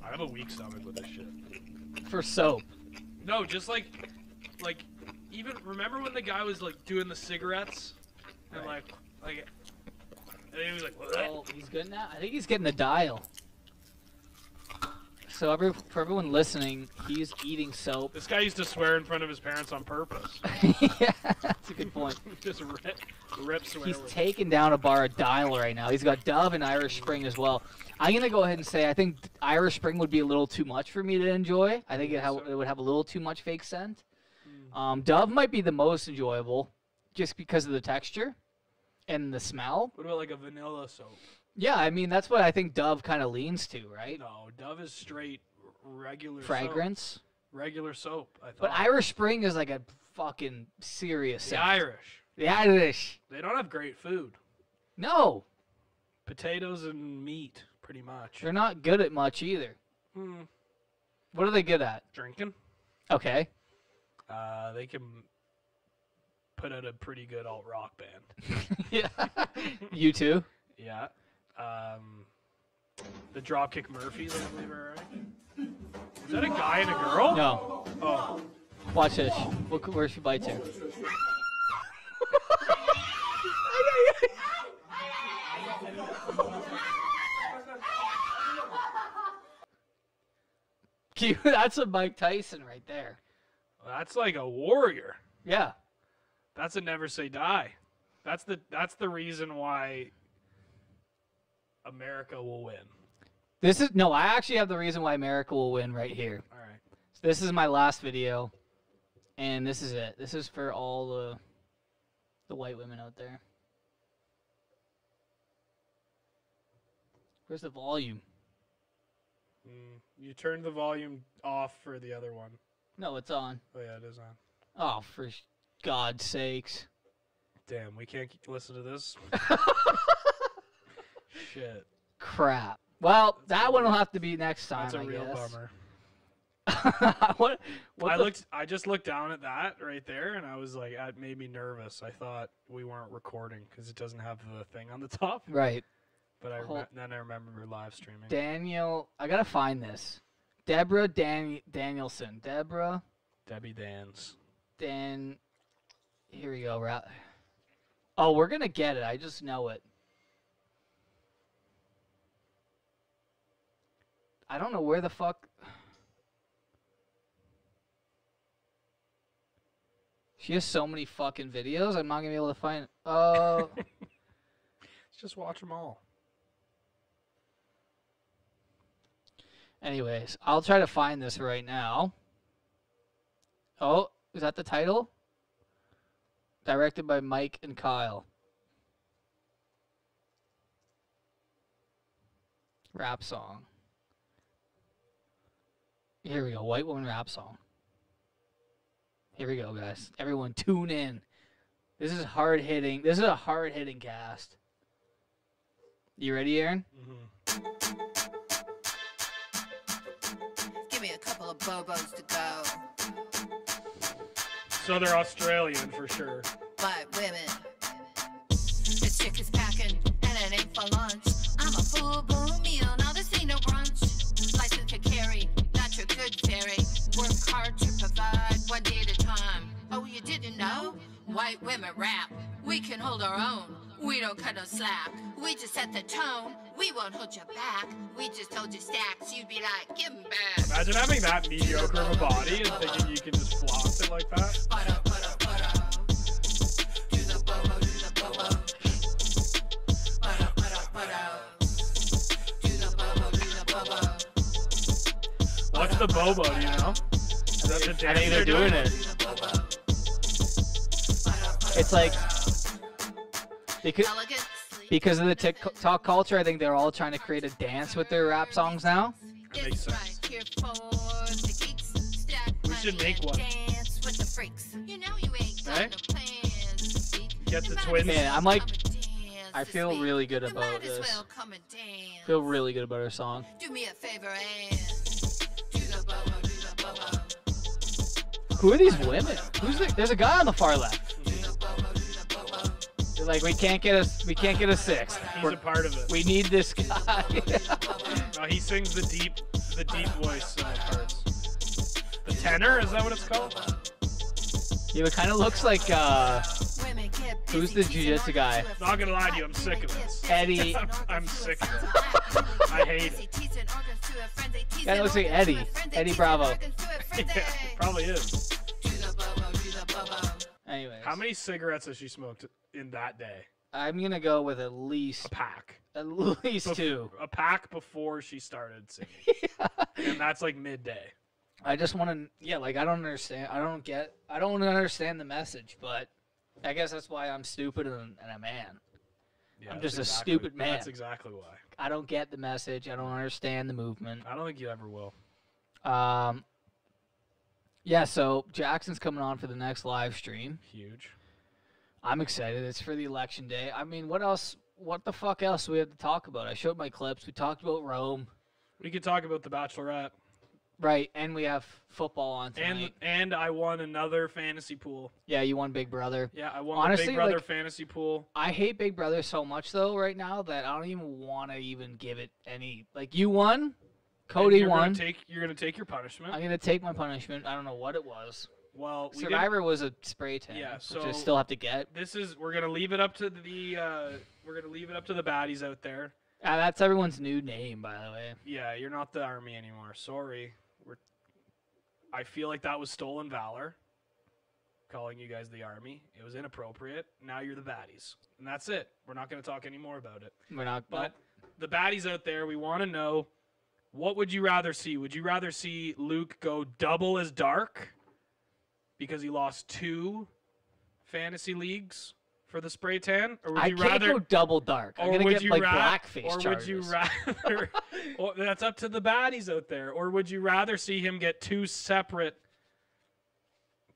Speaker 1: I have a weak stomach with this shit.
Speaker 2: For soap.
Speaker 1: No, just like, like, even remember when the guy was like doing the cigarettes and
Speaker 2: Right.
Speaker 1: like, like, and he was like,
Speaker 2: Oh, he's good now. I think he's getting the dial. So every, for everyone listening, he's eating soap.
Speaker 1: this guy used to swear in front of his parents on purpose.
Speaker 2: yeah, that's a good point.
Speaker 1: just rip, rip swear.
Speaker 2: He's
Speaker 1: words.
Speaker 2: taking down a bar of dial right now. He's got Dove and Irish Spring as well. I'm gonna go ahead and say I think Irish Spring would be a little too much for me to enjoy. I think it, ha- it would have a little too much fake scent. Um, Dove might be the most enjoyable, just because of the texture and the smell.
Speaker 1: what about like a vanilla soap?
Speaker 2: Yeah, I mean that's what I think Dove kind of leans to, right?
Speaker 1: No, Dove is straight regular soap.
Speaker 2: Fragrance.
Speaker 1: Regular soap. I thought.
Speaker 2: But Irish Spring is like a fucking serious
Speaker 1: the
Speaker 2: scent.
Speaker 1: Irish.
Speaker 2: The Irish.
Speaker 1: They don't have great food.
Speaker 2: No,
Speaker 1: Potatoes and meat, pretty much.
Speaker 2: they're not good at much either.
Speaker 1: Hmm.
Speaker 2: What are they good at?
Speaker 1: Drinking.
Speaker 2: Okay.
Speaker 1: Uh, they can put out a pretty good alt rock band.
Speaker 2: yeah. you too.
Speaker 1: Yeah. Um, the Dropkick Murphys, I believe, are right. Is that a guy and a girl?
Speaker 2: No.
Speaker 1: Oh,
Speaker 2: Watch this. Look where she bites her. Cute. That's a Mike Tyson right there.
Speaker 1: that's like a warrior.
Speaker 2: Yeah.
Speaker 1: That's a never say die. That's the that's the reason why America will win.
Speaker 2: This is no. I actually have the reason why America will win right here.
Speaker 1: All right.
Speaker 2: This is my last video, and this is it. This is for all the the white women out there. Where's the volume?
Speaker 1: Mm, you turned the volume off for the other one.
Speaker 2: No, it's on.
Speaker 1: Oh yeah, it is on.
Speaker 2: Oh, for sh- God's sakes!
Speaker 1: Damn, we can't k- listen to this. Shit,
Speaker 2: Crap. Well, that one will have to be next time.
Speaker 1: that's a
Speaker 2: I
Speaker 1: real
Speaker 2: guess.
Speaker 1: bummer.
Speaker 2: what? What
Speaker 1: I
Speaker 2: the-
Speaker 1: looked. I just looked down at that right there, and I was like, that made me nervous. I thought we weren't recording because it doesn't have the thing on the top.
Speaker 2: Right.
Speaker 1: But I
Speaker 2: Hold-
Speaker 1: re- then I remember we were live streaming.
Speaker 2: Daniel, I gotta find this. Deborah Dan- Danielson. Deborah
Speaker 1: Debbie Dan's.
Speaker 2: Dan. Here we go. Ra- oh, we're gonna get it. I just know it. I don't know where the fuck. She has so many fucking videos. I'm not gonna be able to find. Oh,
Speaker 1: Let's just watch them all.
Speaker 2: anyways, I'll try to find this right now. Oh, is that the title? Directed by Mike and Kyle. Rap song. Here we go. White woman rap song. Here we go, guys. Everyone, tune in. This is hard hitting. This is a hard hitting cast. You ready, Aaron?
Speaker 9: Give me a couple of bobos to go.
Speaker 1: So they're Australian for sure.
Speaker 9: But women, this chick is packing and it ain't for lunch. I'm a full blown meal, now this ain't no brunch. License to carry, not your good fairy. Work Oh, don't cut no slack. We just set the tone. We won't hold you back. We just told you stacks. You'd be like, give 'em back.
Speaker 1: Imagine having that mediocre of a body and thinking you can just floss it like that.
Speaker 9: Butter, butter, butter. Do the bobo, do the bobo. Butter, butter, butter. Do the bobo, do the bobo.
Speaker 1: What's the bobo? Do you know? Is that the
Speaker 2: I
Speaker 1: dance
Speaker 2: think they're doing it. It's like because
Speaker 9: Elegant sleep.
Speaker 2: because of the TikTok culture, I think they're all trying to create a dance with their rap songs now.
Speaker 9: It's
Speaker 1: makes sense.
Speaker 9: right here for the geeks. Stack
Speaker 1: We should
Speaker 9: money
Speaker 1: make
Speaker 9: and
Speaker 1: one.
Speaker 9: Dance with the freaks. You know you ain't got
Speaker 1: Right?
Speaker 9: no plans this week.
Speaker 1: Get
Speaker 9: You
Speaker 1: the
Speaker 9: might as
Speaker 1: twins.
Speaker 9: well
Speaker 2: Man, I'm like-
Speaker 9: come and dance
Speaker 2: I
Speaker 9: this
Speaker 2: feel
Speaker 9: week.
Speaker 2: really good
Speaker 9: You
Speaker 2: about
Speaker 9: might as
Speaker 2: this.
Speaker 9: well come and dance.
Speaker 2: Feel really good about her song.
Speaker 9: Do me a favor and do the bobo, do the bobo,
Speaker 2: Who are these women? Who's the, there's a guy on the far left. They're like we can't get us we can't get a sixth.
Speaker 1: He's
Speaker 2: We're-
Speaker 1: a part of it.
Speaker 2: we need this guy.
Speaker 1: No, he sings the deep, the deep voice uh, parts. The tenor is that what it's called?
Speaker 2: he kind of looks like uh,
Speaker 9: Women get
Speaker 2: Who's
Speaker 9: busy
Speaker 2: the
Speaker 9: teasing
Speaker 2: jujitsu
Speaker 9: organs
Speaker 2: guy?
Speaker 9: to a
Speaker 1: Not gonna lie to you, I'm
Speaker 9: friend.
Speaker 1: sick of this.
Speaker 2: Eddie.
Speaker 1: I'm, I'm sick of it. I
Speaker 9: I
Speaker 1: hate it.
Speaker 9: That
Speaker 2: looks like Eddie. Eddie Bravo.
Speaker 1: Yeah, probably is.
Speaker 2: anyways.
Speaker 1: How many cigarettes has she smoked in that day?
Speaker 2: I'm gonna go with at least
Speaker 1: A pack.
Speaker 2: at least
Speaker 1: Bef-
Speaker 2: two.
Speaker 1: A pack before she started singing, and that's like midday.
Speaker 2: I just want to, yeah, like I don't understand. I don't get. I don't understand the message, but I guess that's why I'm stupid and, and a man.
Speaker 1: Yeah,
Speaker 2: I'm
Speaker 1: that's
Speaker 2: just a
Speaker 1: exactly-
Speaker 2: stupid
Speaker 1: That's
Speaker 2: man.
Speaker 1: exactly why.
Speaker 2: I don't get the message. I don't understand the movement.
Speaker 1: I don't think you ever will.
Speaker 2: Um, yeah. So Jackson's coming on for the next live stream.
Speaker 1: Huge.
Speaker 2: I'm excited. It's for the election day. I mean, what else? What the fuck else do we have to talk about? I showed my clips. We talked about Rome,
Speaker 1: We could talk about the Bachelorette,
Speaker 2: right? And we have football on tonight.
Speaker 1: and and I won another fantasy pool.
Speaker 2: yeah, you won Big Brother.
Speaker 1: Yeah, I won the
Speaker 2: Honestly,
Speaker 1: Big Brother
Speaker 2: like-
Speaker 1: fantasy pool.
Speaker 2: I hate Big Brother so much though right now that I don't even want to even give it any. Like you won,
Speaker 1: and
Speaker 2: Cody
Speaker 1: you're
Speaker 2: won.
Speaker 1: Gonna take, you're gonna take your punishment.
Speaker 2: I'm gonna take my punishment. I don't know what it was.
Speaker 1: well, we didn't-
Speaker 2: Survivor was a spray tan,
Speaker 1: Yeah,
Speaker 2: which
Speaker 1: so-
Speaker 2: I still have to get.
Speaker 1: this is we're gonna leave it up to the uh, we're gonna leave it up to the baddies out there.
Speaker 2: Uh, that's everyone's new name, by the way.
Speaker 1: Yeah, you're not the army anymore. Sorry. We're I feel like that was stolen valor. Calling you guys the army. It was inappropriate. Now you're the baddies. And that's it. We're not gonna talk anymore about it.
Speaker 2: We're not.
Speaker 1: But the baddies out there, we wanna know what would you rather see? Would you rather see Luke go double as dark because he lost two fantasy leagues for the spray tan? Or would
Speaker 2: I
Speaker 1: you
Speaker 2: can't
Speaker 1: rather
Speaker 2: go double dark. I'm
Speaker 1: or
Speaker 2: gonna
Speaker 1: would
Speaker 2: get
Speaker 1: you
Speaker 2: like
Speaker 1: ra-
Speaker 2: blackface
Speaker 1: or would
Speaker 2: charges.
Speaker 1: you rather? or, that's up to the baddies out there. Or would you rather see him get two separate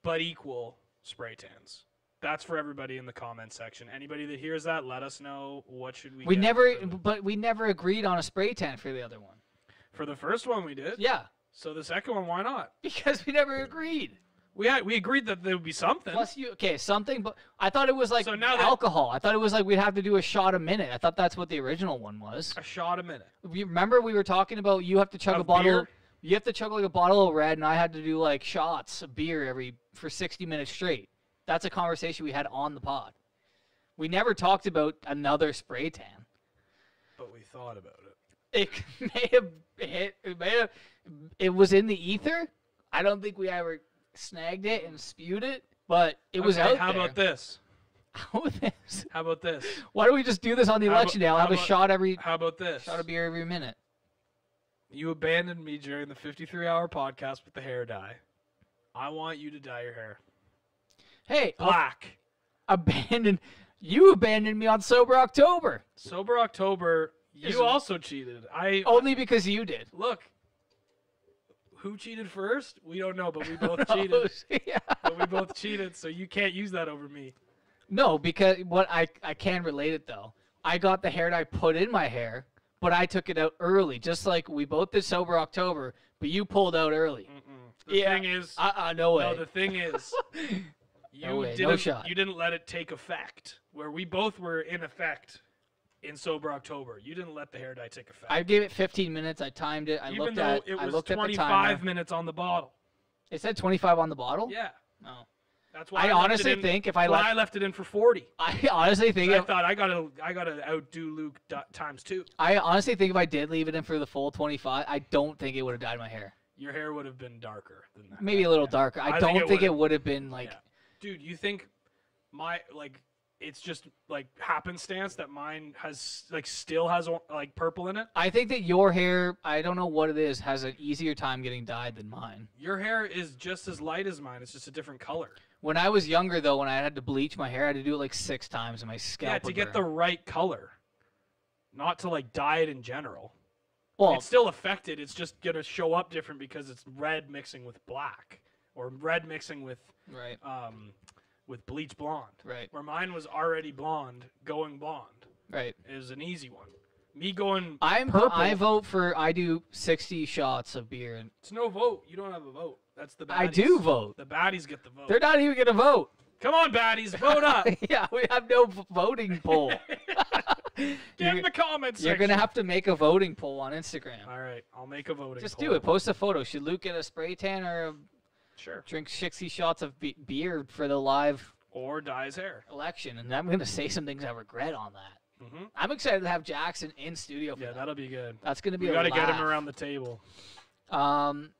Speaker 1: but equal spray tans? That's for everybody in the comment section. Anybody that hears that, let us know what should we.
Speaker 2: we
Speaker 1: get
Speaker 2: never, e-,
Speaker 1: for the,
Speaker 2: but we never agreed on a spray tan for the other one.
Speaker 1: for the first one we did.
Speaker 2: Yeah,
Speaker 1: So the second one, why not?
Speaker 2: because we never agreed.
Speaker 1: We had, we agreed that there would be something.
Speaker 2: Plus you okay something, but I thought it was like
Speaker 1: So now that-
Speaker 2: alcohol. I thought it was like we'd have to do a shot a minute. I thought that's what the original one was.
Speaker 1: a shot a minute.
Speaker 2: You remember we were talking about you have to chug a
Speaker 1: Of
Speaker 2: bottle.
Speaker 1: beer?
Speaker 2: You have to chug like a bottle of red, and I had to do like shots of beer every for sixty minutes straight. That's a conversation we had on the pod. We never talked about another spray tan.
Speaker 1: But we thought about it.
Speaker 2: It may have hit. It may have. It was in the ether. I don't think we ever snagged it and spewed it, but it was
Speaker 1: Okay,
Speaker 2: out
Speaker 1: How
Speaker 2: there.
Speaker 1: about this?
Speaker 2: How about this?
Speaker 1: How about this?
Speaker 2: Why don't we just do this on the
Speaker 1: How about-
Speaker 2: election day? I'll
Speaker 1: how
Speaker 2: have a
Speaker 1: about-
Speaker 2: shot every
Speaker 1: How about this?
Speaker 2: shot of beer every minute.
Speaker 1: You abandoned me during the 53 hour podcast with the hair dye. I want you to dye your hair
Speaker 2: Hey, I'll
Speaker 1: black.
Speaker 2: abandon you abandoned me on sober October
Speaker 1: Sober October, you
Speaker 2: Is- Oh.
Speaker 1: also cheated. I
Speaker 2: only because you did.
Speaker 1: look. Who cheated first? We don't know, but we both
Speaker 2: Oh,
Speaker 1: cheated.
Speaker 2: yeah.
Speaker 1: But we both cheated, so you can't use that over me.
Speaker 2: No, because what I I can relate it though. I got the hair dye put in my hair, but I took it out early, just like we both did sober October, but you pulled out early.
Speaker 1: The
Speaker 2: Yeah,
Speaker 1: thing is,
Speaker 2: Uh uh no way.
Speaker 1: no. The thing is, you
Speaker 2: No way, no
Speaker 1: didn't.
Speaker 2: shot.
Speaker 1: You didn't let it take effect. Where we both were in effect in sober October, you didn't let the hair dye take effect.
Speaker 2: I gave it 15 minutes. I timed it. I
Speaker 1: Even
Speaker 2: looked
Speaker 1: though
Speaker 2: at
Speaker 1: it
Speaker 2: I
Speaker 1: was
Speaker 2: looked at the
Speaker 1: 25
Speaker 2: timer.
Speaker 1: minutes on the bottle.
Speaker 2: It said 25 on the bottle.
Speaker 1: Yeah.
Speaker 2: No.
Speaker 1: That's why
Speaker 2: I
Speaker 1: left it
Speaker 2: honestly
Speaker 1: in-
Speaker 2: think if I
Speaker 1: that's why
Speaker 2: left-
Speaker 1: I left it in for forty.
Speaker 2: I honestly think
Speaker 1: I
Speaker 2: if,
Speaker 1: thought I gotta I gotta outdo Luke do- times two.
Speaker 2: I honestly think if I did leave it in for the full 25, I don't think it would have dyed my hair.
Speaker 1: Your hair would have been darker than that.
Speaker 2: Maybe a little darker. I,
Speaker 1: I think
Speaker 2: don't
Speaker 1: it
Speaker 2: think it
Speaker 1: would've-
Speaker 2: would have been like
Speaker 1: Yeah. Dude, you think my like it's just like happenstance that mine has like still has or- like purple in it?
Speaker 2: I think that your hair, I don't know what it is, has an easier time getting dyed than mine.
Speaker 1: Your hair is just as light as mine. It's just a different color.
Speaker 2: When I was younger, though, when I had to bleach my hair, I had to do it like six times, and my scalp.
Speaker 1: yeah, to
Speaker 2: would
Speaker 1: get the
Speaker 2: burn.
Speaker 1: right color, not to like dye it in general.
Speaker 2: well,
Speaker 1: it's still affected. It's just gonna show up different because it's red mixing with black or red mixing with
Speaker 2: right,
Speaker 1: um with bleach blonde.
Speaker 2: Right.
Speaker 1: Where mine was already blonde, going blonde
Speaker 2: right.
Speaker 1: is an easy one. Me going
Speaker 2: I'm
Speaker 1: purple.
Speaker 2: I vote for I do 60 shots of beer, and
Speaker 1: It's no vote. You don't have a vote. That's the baddies.
Speaker 2: I do vote.
Speaker 1: The baddies get the vote.
Speaker 2: They're not even gonna vote.
Speaker 1: Come on, baddies, vote up.
Speaker 2: yeah, we have no v- voting poll.
Speaker 1: Get in
Speaker 2: You're-
Speaker 1: the comments.
Speaker 2: You're gonna have to make a voting poll on Instagram.
Speaker 1: All right, I'll make a voting.
Speaker 2: Just
Speaker 1: poll.
Speaker 2: do it. Post a photo. Should Luke get a spray tan or
Speaker 1: Sure.
Speaker 2: drink 60 shots of be- beer for the live
Speaker 1: Or dye his hair.
Speaker 2: election? And I'm gonna say some things I regret on that.
Speaker 1: Mhm.
Speaker 2: I'm excited to have Jackson in studio. For
Speaker 1: Yeah,
Speaker 2: that.
Speaker 1: that'll be good.
Speaker 2: That's gonna be.
Speaker 1: We
Speaker 2: a
Speaker 1: got to get him
Speaker 2: laugh.
Speaker 1: around the table.
Speaker 2: Um,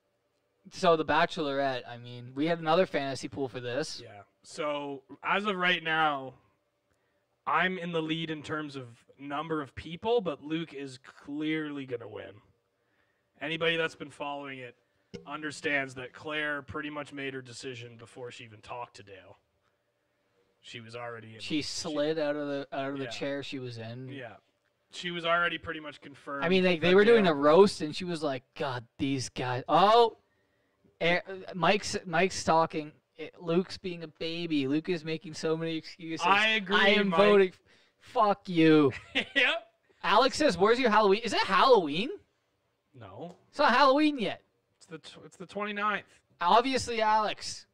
Speaker 2: so the Bachelorette. I mean, we had another fantasy pool for this.
Speaker 1: Yeah. So as of right now, I'm in the lead in terms of number of people, but Luke is clearly going to win. Anybody that's been following it understands that Claire pretty much made her decision before she even talked to Dale. She was already in.
Speaker 2: She slid out of the out of the
Speaker 1: Yeah.
Speaker 2: chair she was in.
Speaker 1: yeah. She was already pretty much confirmed.
Speaker 2: I mean, they,
Speaker 1: that
Speaker 2: they were doing a
Speaker 1: Dale-
Speaker 2: roast, and she was like, "God, these guys." Oh, Er- Mike's Mike's talking. eh, Luke's being a baby. Luke is making so many excuses.
Speaker 1: I agree,
Speaker 2: I am
Speaker 1: Mike."
Speaker 2: voting. Fuck you.
Speaker 1: yep.
Speaker 2: Alex says, "Where's your Halloween? Is it Halloween?
Speaker 1: No.
Speaker 2: It's not Halloween yet.
Speaker 1: It's the tw- it's the 29th.
Speaker 2: Obviously, Alex,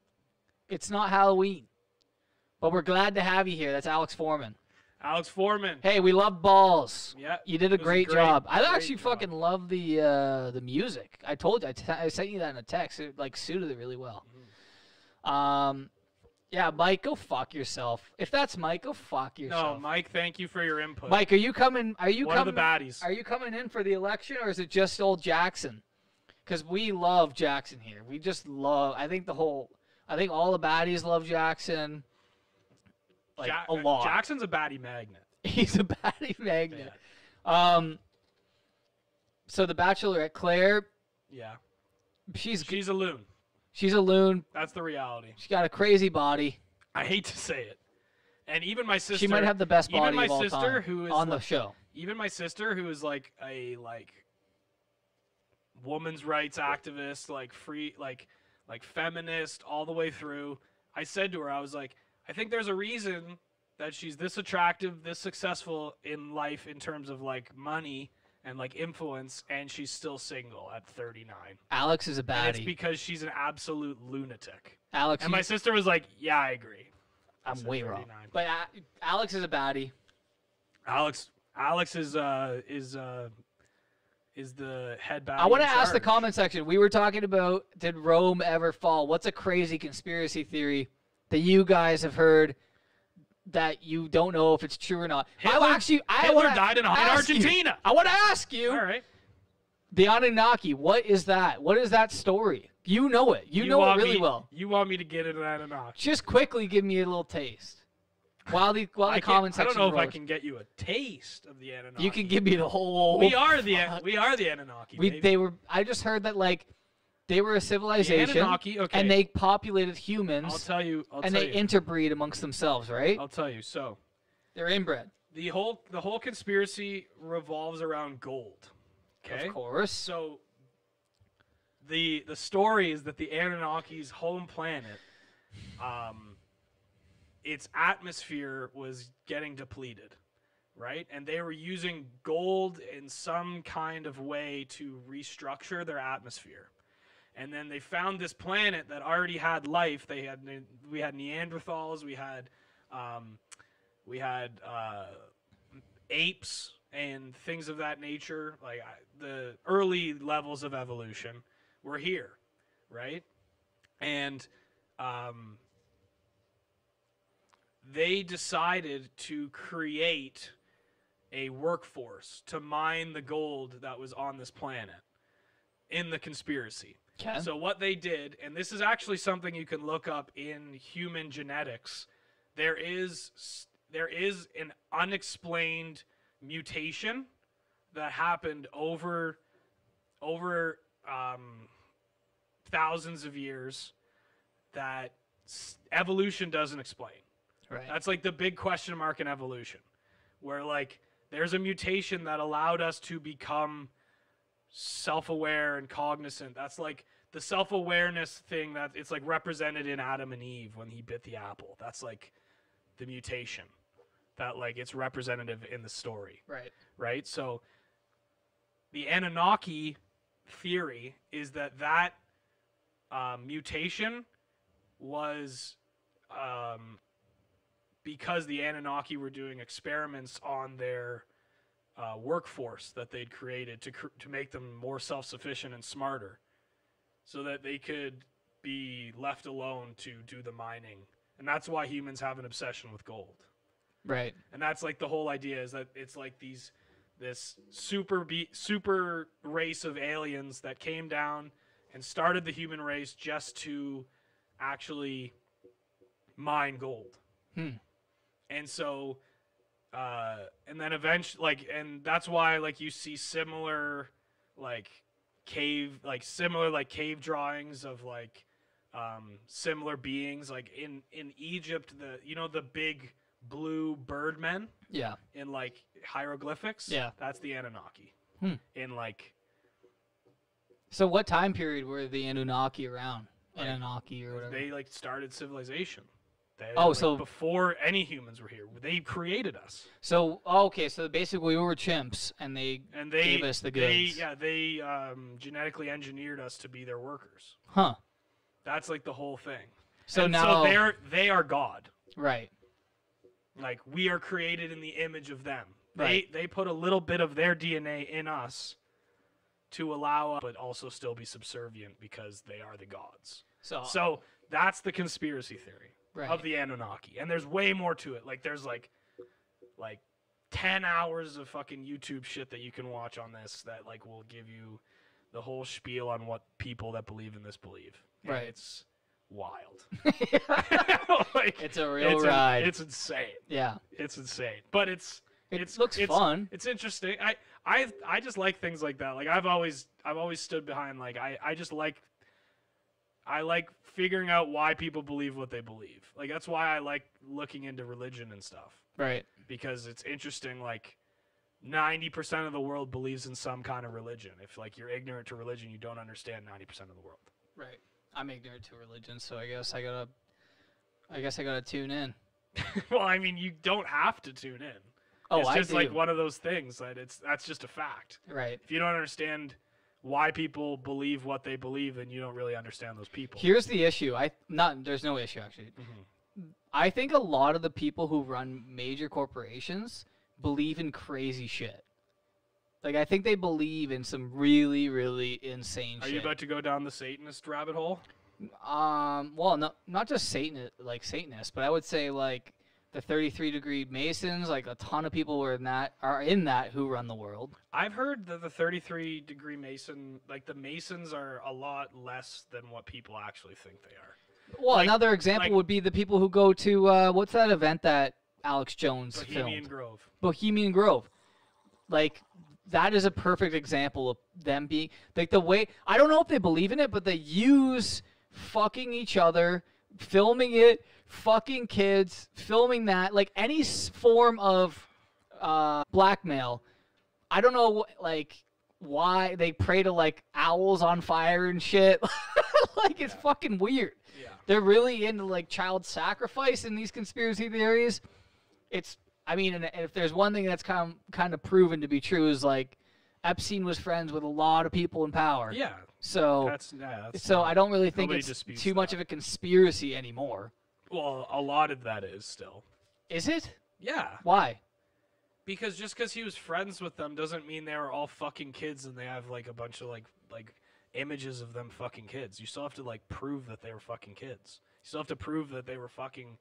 Speaker 2: it's not Halloween. But we're glad to have you here. That's Alex Foreman.
Speaker 1: Alex Foreman.
Speaker 2: Hey, we love balls.
Speaker 1: Yeah,
Speaker 2: you did a
Speaker 1: it was a
Speaker 2: great,
Speaker 1: great-
Speaker 2: job. I
Speaker 1: great
Speaker 2: actually
Speaker 1: job.
Speaker 2: fucking love the uh, the music. I told you, I, t- I sent you that in a text. It like suited it really well.
Speaker 1: Mm-hmm.
Speaker 2: Um, yeah, Mike, go fuck yourself. If that's Mike, go fuck yourself.
Speaker 1: No, Mike, thank you for your input.
Speaker 2: Mike, are you coming? Are you
Speaker 1: One of the
Speaker 2: coming?
Speaker 1: baddies.
Speaker 2: Are you coming in for the election, or is it just old Jackson? Because we love Jackson here. We just love. I think the whole. I think all the baddies love Jackson. Like
Speaker 1: Ja- uh,
Speaker 2: a lot.
Speaker 1: Jackson's a baddie magnet.
Speaker 2: He's a baddie magnet. Um. So the Bachelorette, Claire,
Speaker 1: Yeah.
Speaker 2: she's g-
Speaker 1: She's a loon.
Speaker 2: she's a loon.
Speaker 1: That's the reality.
Speaker 2: She's got a crazy body.
Speaker 1: I hate to say it. And even my sister
Speaker 2: She might have the best
Speaker 1: even
Speaker 2: body
Speaker 1: my
Speaker 2: of all
Speaker 1: sister
Speaker 2: time
Speaker 1: who is
Speaker 2: on the
Speaker 1: like-
Speaker 2: show.
Speaker 1: even my sister who is like a like woman's rights activist, like free like like feminist all the way through. I said to her, I was like, I think there's a reason that she's this attractive, this successful in life in terms of like money and like influence and she's still single at 39.
Speaker 2: Alex is a
Speaker 1: And it's
Speaker 2: baddie.
Speaker 1: because she's an absolute lunatic.
Speaker 2: Alex,
Speaker 1: And my
Speaker 2: you-
Speaker 1: sister was like, "Yeah, I agree."
Speaker 2: I'm
Speaker 1: said
Speaker 2: way wrong.
Speaker 1: 39.
Speaker 2: But uh, Alex is a baddie.
Speaker 1: Alex, Alex is uh is uh is the head baddie.
Speaker 2: I want to
Speaker 1: in
Speaker 2: ask the
Speaker 1: charge.
Speaker 2: comment section. We were talking about did Rome ever fall? What's a crazy conspiracy theory that you guys have heard that you don't know if it's true or not? I
Speaker 1: Hitler-
Speaker 2: will actually, I
Speaker 1: Hitler
Speaker 2: wanna
Speaker 1: died in a- in
Speaker 2: ask you-
Speaker 1: Argentina.
Speaker 2: I want to ask you,
Speaker 1: All right,
Speaker 2: the Anunnaki. What is that? What is that story? You know it. You, know it
Speaker 1: want
Speaker 2: really
Speaker 1: me,
Speaker 2: well.
Speaker 1: You want me to get into that or not?
Speaker 2: Just quickly give me a little taste. While the while the
Speaker 1: I,
Speaker 2: comment
Speaker 1: can't- I
Speaker 2: section.
Speaker 1: don't know if I
Speaker 2: rolls.
Speaker 1: can get you a taste of the Anunnaki.
Speaker 2: You can give me the whole.
Speaker 1: We are the
Speaker 2: fuck.
Speaker 1: we are the Anunnaki.
Speaker 2: We
Speaker 1: baby.
Speaker 2: they were. I just heard that like they were a civilization,
Speaker 1: Anunnaki, okay.
Speaker 2: and they populated humans,
Speaker 1: I'll tell you. I'll
Speaker 2: and
Speaker 1: tell
Speaker 2: they
Speaker 1: you.
Speaker 2: interbreed amongst themselves, right?
Speaker 1: I'll tell you. So
Speaker 2: They're inbred,
Speaker 1: the whole the whole conspiracy revolves around gold. Okay.
Speaker 2: of course.
Speaker 1: So the the story is that the Anunnaki's home planet, um, its atmosphere was getting depleted, right? And they were using gold in some kind of way to restructure their atmosphere. And then they found this planet that already had life. They had ne- we had Neanderthals, we had um, we had uh, apes and things of that nature, like I, the early levels of evolution, were here, right? And um, they decided to create a workforce to mine the gold that was on this planet in the conspiracy.
Speaker 2: Okay.
Speaker 1: So what they did, and this is actually something you can look up in human genetics, there is s- there is an unexplained mutation that happened over over um, thousands of years that s- evolution doesn't explain.
Speaker 2: right.
Speaker 1: That's like the big question mark in evolution, where like there's a mutation that allowed us to become self-aware and cognizant. That's like the self-awareness thing that it's like represented in Adam and Eve when he bit the apple. That's like the mutation that like it's representative in the story
Speaker 2: Right.
Speaker 1: right? So the Anunnaki theory is that that uh, mutation was um, because the Anunnaki were doing experiments on their uh, workforce that they'd created to cr- to make them more self sufficient and smarter, so that they could be left alone to do the mining, and that's why humans have an obsession with gold
Speaker 2: Right.
Speaker 1: and that's like the whole idea is that it's like these this super be- super race of aliens that came down and started the human race just to actually mine gold
Speaker 2: Hmm.
Speaker 1: and so uh and then eventually like and that's why like you see similar like cave like similar like cave drawings of like um similar beings like in in egypt the you know the big blue birdmen
Speaker 2: Yeah.
Speaker 1: in like hieroglyphics.
Speaker 2: Yeah.
Speaker 1: that's the Anunnaki.
Speaker 2: Hmm.
Speaker 1: In like
Speaker 2: So what time period were the Anunnaki around?
Speaker 1: Like,
Speaker 2: Anunnaki or whatever.
Speaker 1: they like started civilization. They,
Speaker 2: Oh,
Speaker 1: like,
Speaker 2: so-
Speaker 1: before any humans were here, they created us,
Speaker 2: So oh, okay, so basically we were chimps, and they
Speaker 1: and they
Speaker 2: Gave us the
Speaker 1: they-
Speaker 2: goods.
Speaker 1: yeah, they um, genetically engineered us to be their workers.
Speaker 2: huh.
Speaker 1: That's like the whole thing.
Speaker 2: So
Speaker 1: And
Speaker 2: now
Speaker 1: so they're they are God.
Speaker 2: right.
Speaker 1: Like we are created in the image of them. They
Speaker 2: Right.
Speaker 1: they put a little bit of their DNA in us to allow us, but also still be subservient because they are the gods.
Speaker 2: So,
Speaker 1: So that's the conspiracy theory
Speaker 2: Uh. right.
Speaker 1: of the Anunnaki, and there's way more to it. Like there's like, like, ten hours of fucking YouTube shit that you can watch on this that like will give you the whole spiel on what people that believe in this believe. And
Speaker 2: Right.
Speaker 1: It's wild. like,
Speaker 2: It's a real
Speaker 1: it's in-
Speaker 2: ride.
Speaker 1: it's insane.
Speaker 2: yeah.
Speaker 1: It's insane. But it's
Speaker 2: It
Speaker 1: it's
Speaker 2: looks
Speaker 1: it's,
Speaker 2: fun.
Speaker 1: It's interesting. I I I just like things like that. Like I've always I've always stood behind like I I just like I like figuring out why people believe what they believe. Like that's why I like looking into religion and stuff
Speaker 2: Right.
Speaker 1: because it's interesting like 90% of the world believes in some kind of religion. If like you're ignorant to religion, you don't understand 90% of the world.
Speaker 2: Right. I'm ignorant to religion, so I guess I gotta. I guess I gotta tune in.
Speaker 1: well, I mean, you don't have to tune in.
Speaker 2: Oh,
Speaker 1: it's
Speaker 2: I
Speaker 1: just
Speaker 2: do.
Speaker 1: like one of those things that it's that's just a fact.
Speaker 2: Right.
Speaker 1: if you don't understand why people believe what they believe, then you don't really understand those people.
Speaker 2: Here's the issue. I not. There's no issue actually.
Speaker 1: Mhm.
Speaker 2: I think a lot of the people who run major corporations believe in crazy shit. Like I think they believe in some really, really insane
Speaker 1: Are
Speaker 2: shit.
Speaker 1: you about to go down the Satanist rabbit hole?
Speaker 2: Um, well, no, not just Satan, like Satanists, but I would say like the 33 degree Masons, like a ton of people were in that are in that who run the world.
Speaker 1: I've heard that the 33 degree Mason, like the Masons, are a lot less than what people actually think they are.
Speaker 2: Well,
Speaker 1: Like-
Speaker 2: another example
Speaker 1: like-
Speaker 2: would be the people who go to uh, what's that event that Alex Jones
Speaker 1: Bohemian
Speaker 2: filmed?
Speaker 1: Grove.
Speaker 2: Bohemian Grove. Like that is a perfect example of them being like the way I don't know if they believe in it, but they use fucking each other, filming it, fucking kids, filming that, like any s- form of uh, blackmail. I don't know, wh- like why they prey to like owls on fire and shit. like it's fucking weird.
Speaker 1: Yeah.
Speaker 2: They're really into like child sacrifice in these conspiracy theories. It's I mean, and if there's one thing that's kind of, kind of proven to be true is like Epstein was friends with a lot of people in power.
Speaker 1: Yeah.
Speaker 2: So
Speaker 1: That's, yeah, that's
Speaker 2: Oh. so I don't really think
Speaker 1: nobody
Speaker 2: it's
Speaker 1: disputes
Speaker 2: too much
Speaker 1: that.
Speaker 2: of a conspiracy anymore.
Speaker 1: Well, a lot of that is still.
Speaker 2: Is it?
Speaker 1: Yeah.
Speaker 2: Why?
Speaker 1: Because just because he was friends with them doesn't mean they were all fucking kids and they have like a bunch of like like images of them fucking kids. You still have to like prove that they were fucking kids. You still have to prove that they were fucking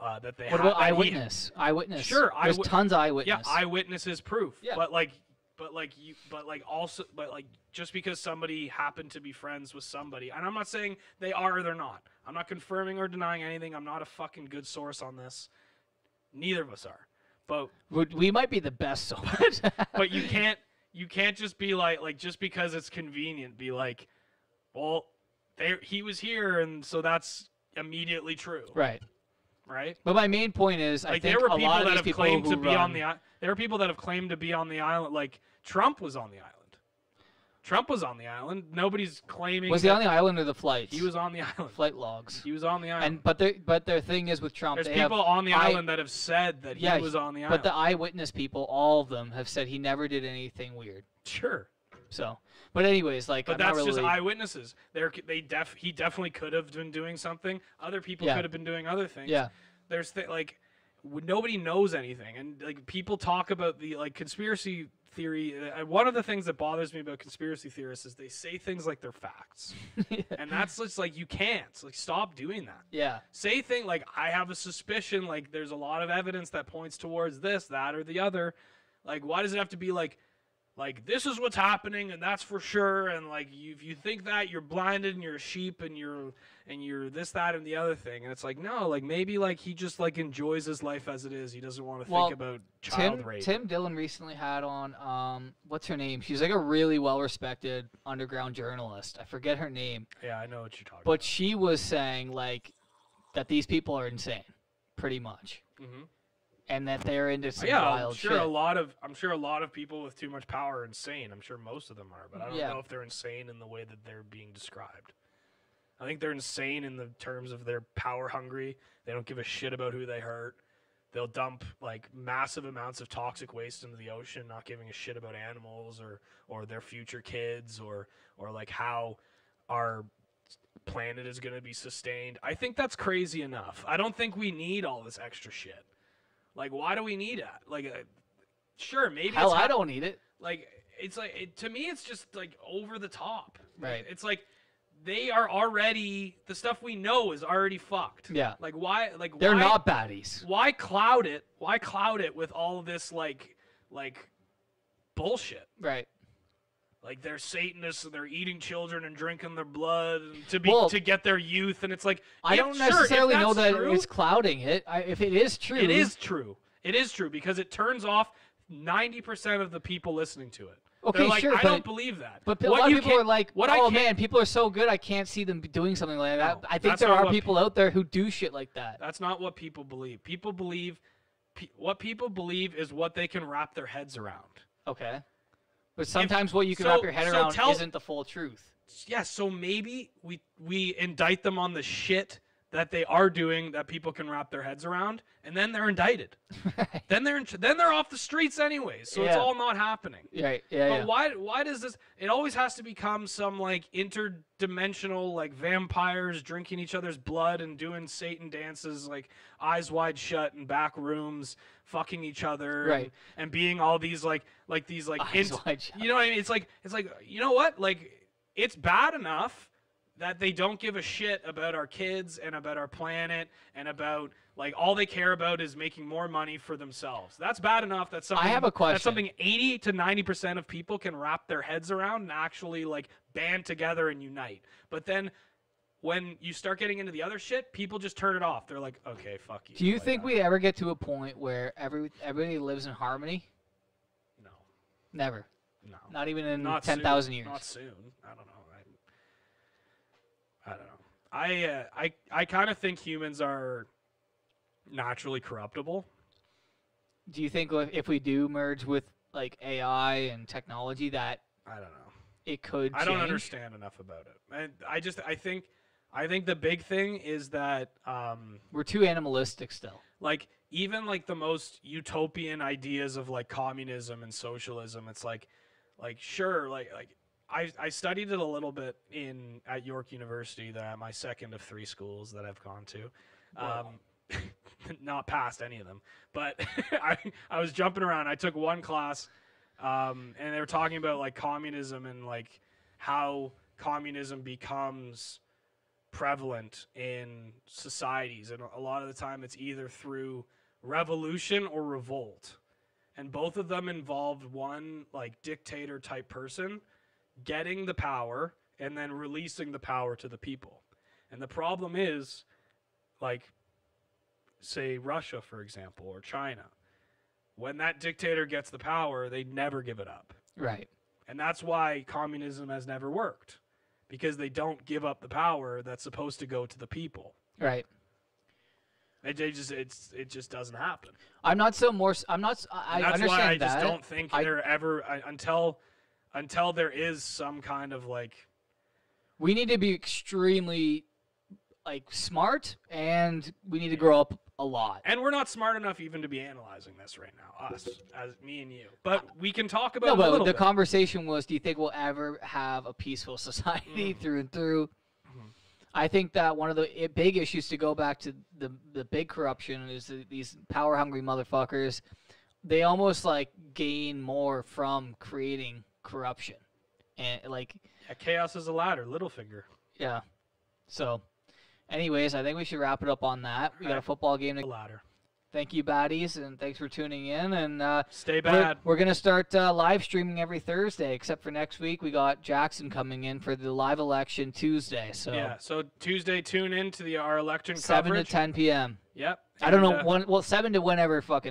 Speaker 1: uh, that they
Speaker 2: What
Speaker 1: ha-
Speaker 2: about
Speaker 1: that he-
Speaker 2: eyewitness? Eyewitness.
Speaker 1: Sure,
Speaker 2: There's
Speaker 1: eyewit-
Speaker 2: tons of eyewitness.
Speaker 1: e-, Yeah, eyewitness is proof.
Speaker 2: Yeah.
Speaker 1: But like but like you but like also but like just because somebody happened to be friends with somebody and I'm not saying they are or they're not. I'm not confirming or denying anything. I'm not a fucking good source on this. Neither of us are. But
Speaker 2: Would- we might be the best source.
Speaker 1: but you can't you can't just be like like just because it's convenient be like well they he was here and so that's immediately true.
Speaker 2: right.
Speaker 1: Right?
Speaker 2: But my main point is, I
Speaker 1: Like
Speaker 2: think
Speaker 1: there were
Speaker 2: a
Speaker 1: people
Speaker 2: lot of
Speaker 1: that
Speaker 2: these
Speaker 1: have
Speaker 2: people
Speaker 1: claimed
Speaker 2: who
Speaker 1: to be on
Speaker 2: run-
Speaker 1: the i- there are people that have claimed to be on the island. Like Trump was on the island. Trump was on the island. Nobody's claiming
Speaker 2: was he
Speaker 1: that
Speaker 2: on the island or the flights?
Speaker 1: he was on the island.
Speaker 2: flight logs.
Speaker 1: He was on the island.
Speaker 2: And but their but their thing is with Trump,
Speaker 1: There's
Speaker 2: they
Speaker 1: people
Speaker 2: have,
Speaker 1: on the
Speaker 2: I-
Speaker 1: island that have said that
Speaker 2: yeah,
Speaker 1: he was on the island.
Speaker 2: but the eyewitness people, all of them, have said he never did anything weird.
Speaker 1: sure,
Speaker 2: So, but anyways, like
Speaker 1: but
Speaker 2: I'm not
Speaker 1: that's just
Speaker 2: really-
Speaker 1: eyewitnesses. There, c- they def he definitely could have been doing something. Other people
Speaker 2: Yeah.
Speaker 1: could have been doing other things.
Speaker 2: yeah.
Speaker 1: there's th- like w- nobody knows anything and like people talk about the like conspiracy theory uh, one of the things that bothers me about conspiracy theorists is they say things like they're facts and that's just like you can't like stop doing that
Speaker 2: Yeah.
Speaker 1: say thing like i have a suspicion like there's a lot of evidence that points towards this that or the other like why does it have to be like like this is what's happening and that's for sure and like you, if you think that you're blinded and you're a sheep and you're and you're this that and the other thing and it's like no like maybe like he just like enjoys his life as it is he doesn't want to
Speaker 2: Well,
Speaker 1: think about child
Speaker 2: Tim
Speaker 1: rape
Speaker 2: Tim Dillon recently had on um what's her name? She's like a really well respected underground journalist. I forget her name,
Speaker 1: yeah i know what you're talking
Speaker 2: but she was saying like that these people are insane, pretty much,
Speaker 1: about Mhm.
Speaker 2: and that they're into some
Speaker 1: yeah i'm
Speaker 2: wild
Speaker 1: sure
Speaker 2: shit.
Speaker 1: a lot of i'm sure a lot of people with too much power are insane i'm sure most of them are but i don't
Speaker 2: Yeah.
Speaker 1: know if they're insane in the way that they're being described i think they're insane in the terms of they're power hungry they don't give a shit about who they hurt they'll dump like massive amounts of toxic waste into the ocean not giving a shit about animals or or their future kids or or like how our planet is going to be sustained i think that's crazy enough i don't think we need all this extra shit like why do we need that like uh, sure maybe
Speaker 2: Hell,
Speaker 1: it's
Speaker 2: I
Speaker 1: hap-
Speaker 2: don't need it.
Speaker 1: like it's like it, to me it's just like over the top Like,
Speaker 2: Right.
Speaker 1: it's like they are already the stuff we know is already fucked
Speaker 2: Yeah.
Speaker 1: like why like
Speaker 2: They're
Speaker 1: why,
Speaker 2: not baddies.
Speaker 1: why cloud it why cloud it with all this like like bullshit
Speaker 2: Right.
Speaker 1: like they're satanists and they're eating children and drinking their blood and to be
Speaker 2: Well,
Speaker 1: to get their youth and it's like
Speaker 2: I
Speaker 1: if-
Speaker 2: don't
Speaker 1: sure, if
Speaker 2: necessarily know
Speaker 1: that's
Speaker 2: that
Speaker 1: true,
Speaker 2: it's clouding it. I, if it is true,
Speaker 1: it is true it is true because it turns off 90% of the people listening to it
Speaker 2: Okay,
Speaker 1: They're like,
Speaker 2: sure,
Speaker 1: I don't
Speaker 2: but-
Speaker 1: believe that.
Speaker 2: But a
Speaker 1: What
Speaker 2: lot
Speaker 1: you
Speaker 2: of people
Speaker 1: can't-
Speaker 2: are like,
Speaker 1: what I
Speaker 2: "Oh
Speaker 1: can't-
Speaker 2: man, people are so good. I can't see them b- doing something like that."
Speaker 1: No,
Speaker 2: I think
Speaker 1: that's
Speaker 2: there
Speaker 1: not
Speaker 2: are
Speaker 1: what
Speaker 2: people out there who do shit like that.
Speaker 1: That's not what people believe. People believe, pe- what people believe is what they can wrap their heads around.
Speaker 2: Okay, but sometimes what you can
Speaker 1: so-
Speaker 2: wrap your head
Speaker 1: so
Speaker 2: around
Speaker 1: tell-
Speaker 2: isn't the full truth.
Speaker 1: Yeah, so maybe we we indict them on the shit that they are doing that people can wrap their heads around, and then they're indicted. Then they're in, then they're off the streets anyways. So it's
Speaker 2: Yeah.
Speaker 1: all not happening.
Speaker 2: Right? Yeah.
Speaker 1: But
Speaker 2: yeah.
Speaker 1: why why does this it always has to become some like interdimensional like vampires drinking each other's blood and doing Satan dances like eyes wide shut in back rooms fucking each other and,
Speaker 2: Right.
Speaker 1: and being all these like like these like
Speaker 2: Eyes wide shut.
Speaker 1: you know what I mean it's like it's like you know what like it's bad enough that they don't give a shit about our kids and about our planet and about like all they care about is making more money for themselves. That's bad enough. That's something.
Speaker 2: have a
Speaker 1: That's
Speaker 2: question.
Speaker 1: something eighty to ninety percent of people can wrap their heads around and actually like band together and unite. But then, when you start getting into the other shit, people just turn it off. They're like, okay, fuck you.
Speaker 2: Do you
Speaker 1: Like,
Speaker 2: think
Speaker 1: uh,
Speaker 2: we ever get to a point where every everybody lives in harmony?
Speaker 1: No,
Speaker 2: Never.
Speaker 1: no,
Speaker 2: Not even in
Speaker 1: Not
Speaker 2: ten
Speaker 1: soon.
Speaker 2: thousand years.
Speaker 1: Not soon. I don't know. I, I don't know. I uh, I I kind of think humans are naturally corruptible.
Speaker 2: Do you think if, if we do merge with like AI and technology, that
Speaker 1: I don't know.
Speaker 2: it could?
Speaker 1: I don't
Speaker 2: change?
Speaker 1: understand enough about it. And I just I think I think the big thing is that um
Speaker 2: We're too animalistic still.
Speaker 1: like even like the most utopian ideas of like communism and socialism it's like like sure like like I, I studied it a little bit in at York University that my second of three schools that I've gone to um, not past any of them but I, I was jumping around I took one class um, and they were talking about like communism and like how communism becomes prevalent in societies and a lot of the time it's either through revolution or revolt and both of them involved one like dictator type person getting the power and then releasing the power to the people and the problem is like say Russia for example or China when that dictator gets the power they never give it up
Speaker 2: Right.
Speaker 1: and that's why communism has never worked because they don't give up the power that's supposed to go to the people.
Speaker 2: Right.
Speaker 1: It, they just it's it just doesn't happen.
Speaker 2: I'm not so more. s- I'm not. s- I,
Speaker 1: And
Speaker 2: I
Speaker 1: that's
Speaker 2: understand
Speaker 1: why I
Speaker 2: that.
Speaker 1: just don't think
Speaker 2: I-
Speaker 1: there ever I, until until there is some kind of like
Speaker 2: we need to be extremely like smart, and we need to grow up a lot.
Speaker 1: and we're not smart enough even to be analyzing this right now us as me and you. But we can talk about
Speaker 2: No,
Speaker 1: it a
Speaker 2: but
Speaker 1: little
Speaker 2: the
Speaker 1: bit.
Speaker 2: conversation was, do you think we'll ever have a peaceful society
Speaker 1: Mm-hmm.
Speaker 2: through and through? I think that one of the i- big issues to go back to the the big corruption is that these power hungry motherfuckers. They almost like gain more from creating corruption, and like
Speaker 1: Yeah, chaos is a ladder, Littlefinger.
Speaker 2: yeah. So, anyways, I think we should wrap it up on that. We got a
Speaker 1: Alright.
Speaker 2: football game
Speaker 1: A
Speaker 2: to.
Speaker 1: ladder.
Speaker 2: Thank you, baddies, and thanks for tuning in. And uh,
Speaker 1: Stay
Speaker 2: we're-
Speaker 1: bad.
Speaker 2: We're, gonna start uh, live streaming every Thursday, except for next week. We got Jackson coming in for the live election Tuesday, so
Speaker 1: yeah. So Tuesday tune in to the our election
Speaker 2: seven
Speaker 1: coverage.
Speaker 2: to ten p.m.
Speaker 1: Yep.
Speaker 2: I don't
Speaker 1: and,
Speaker 2: know
Speaker 1: uh,
Speaker 2: one. Well, seven to whenever it fucking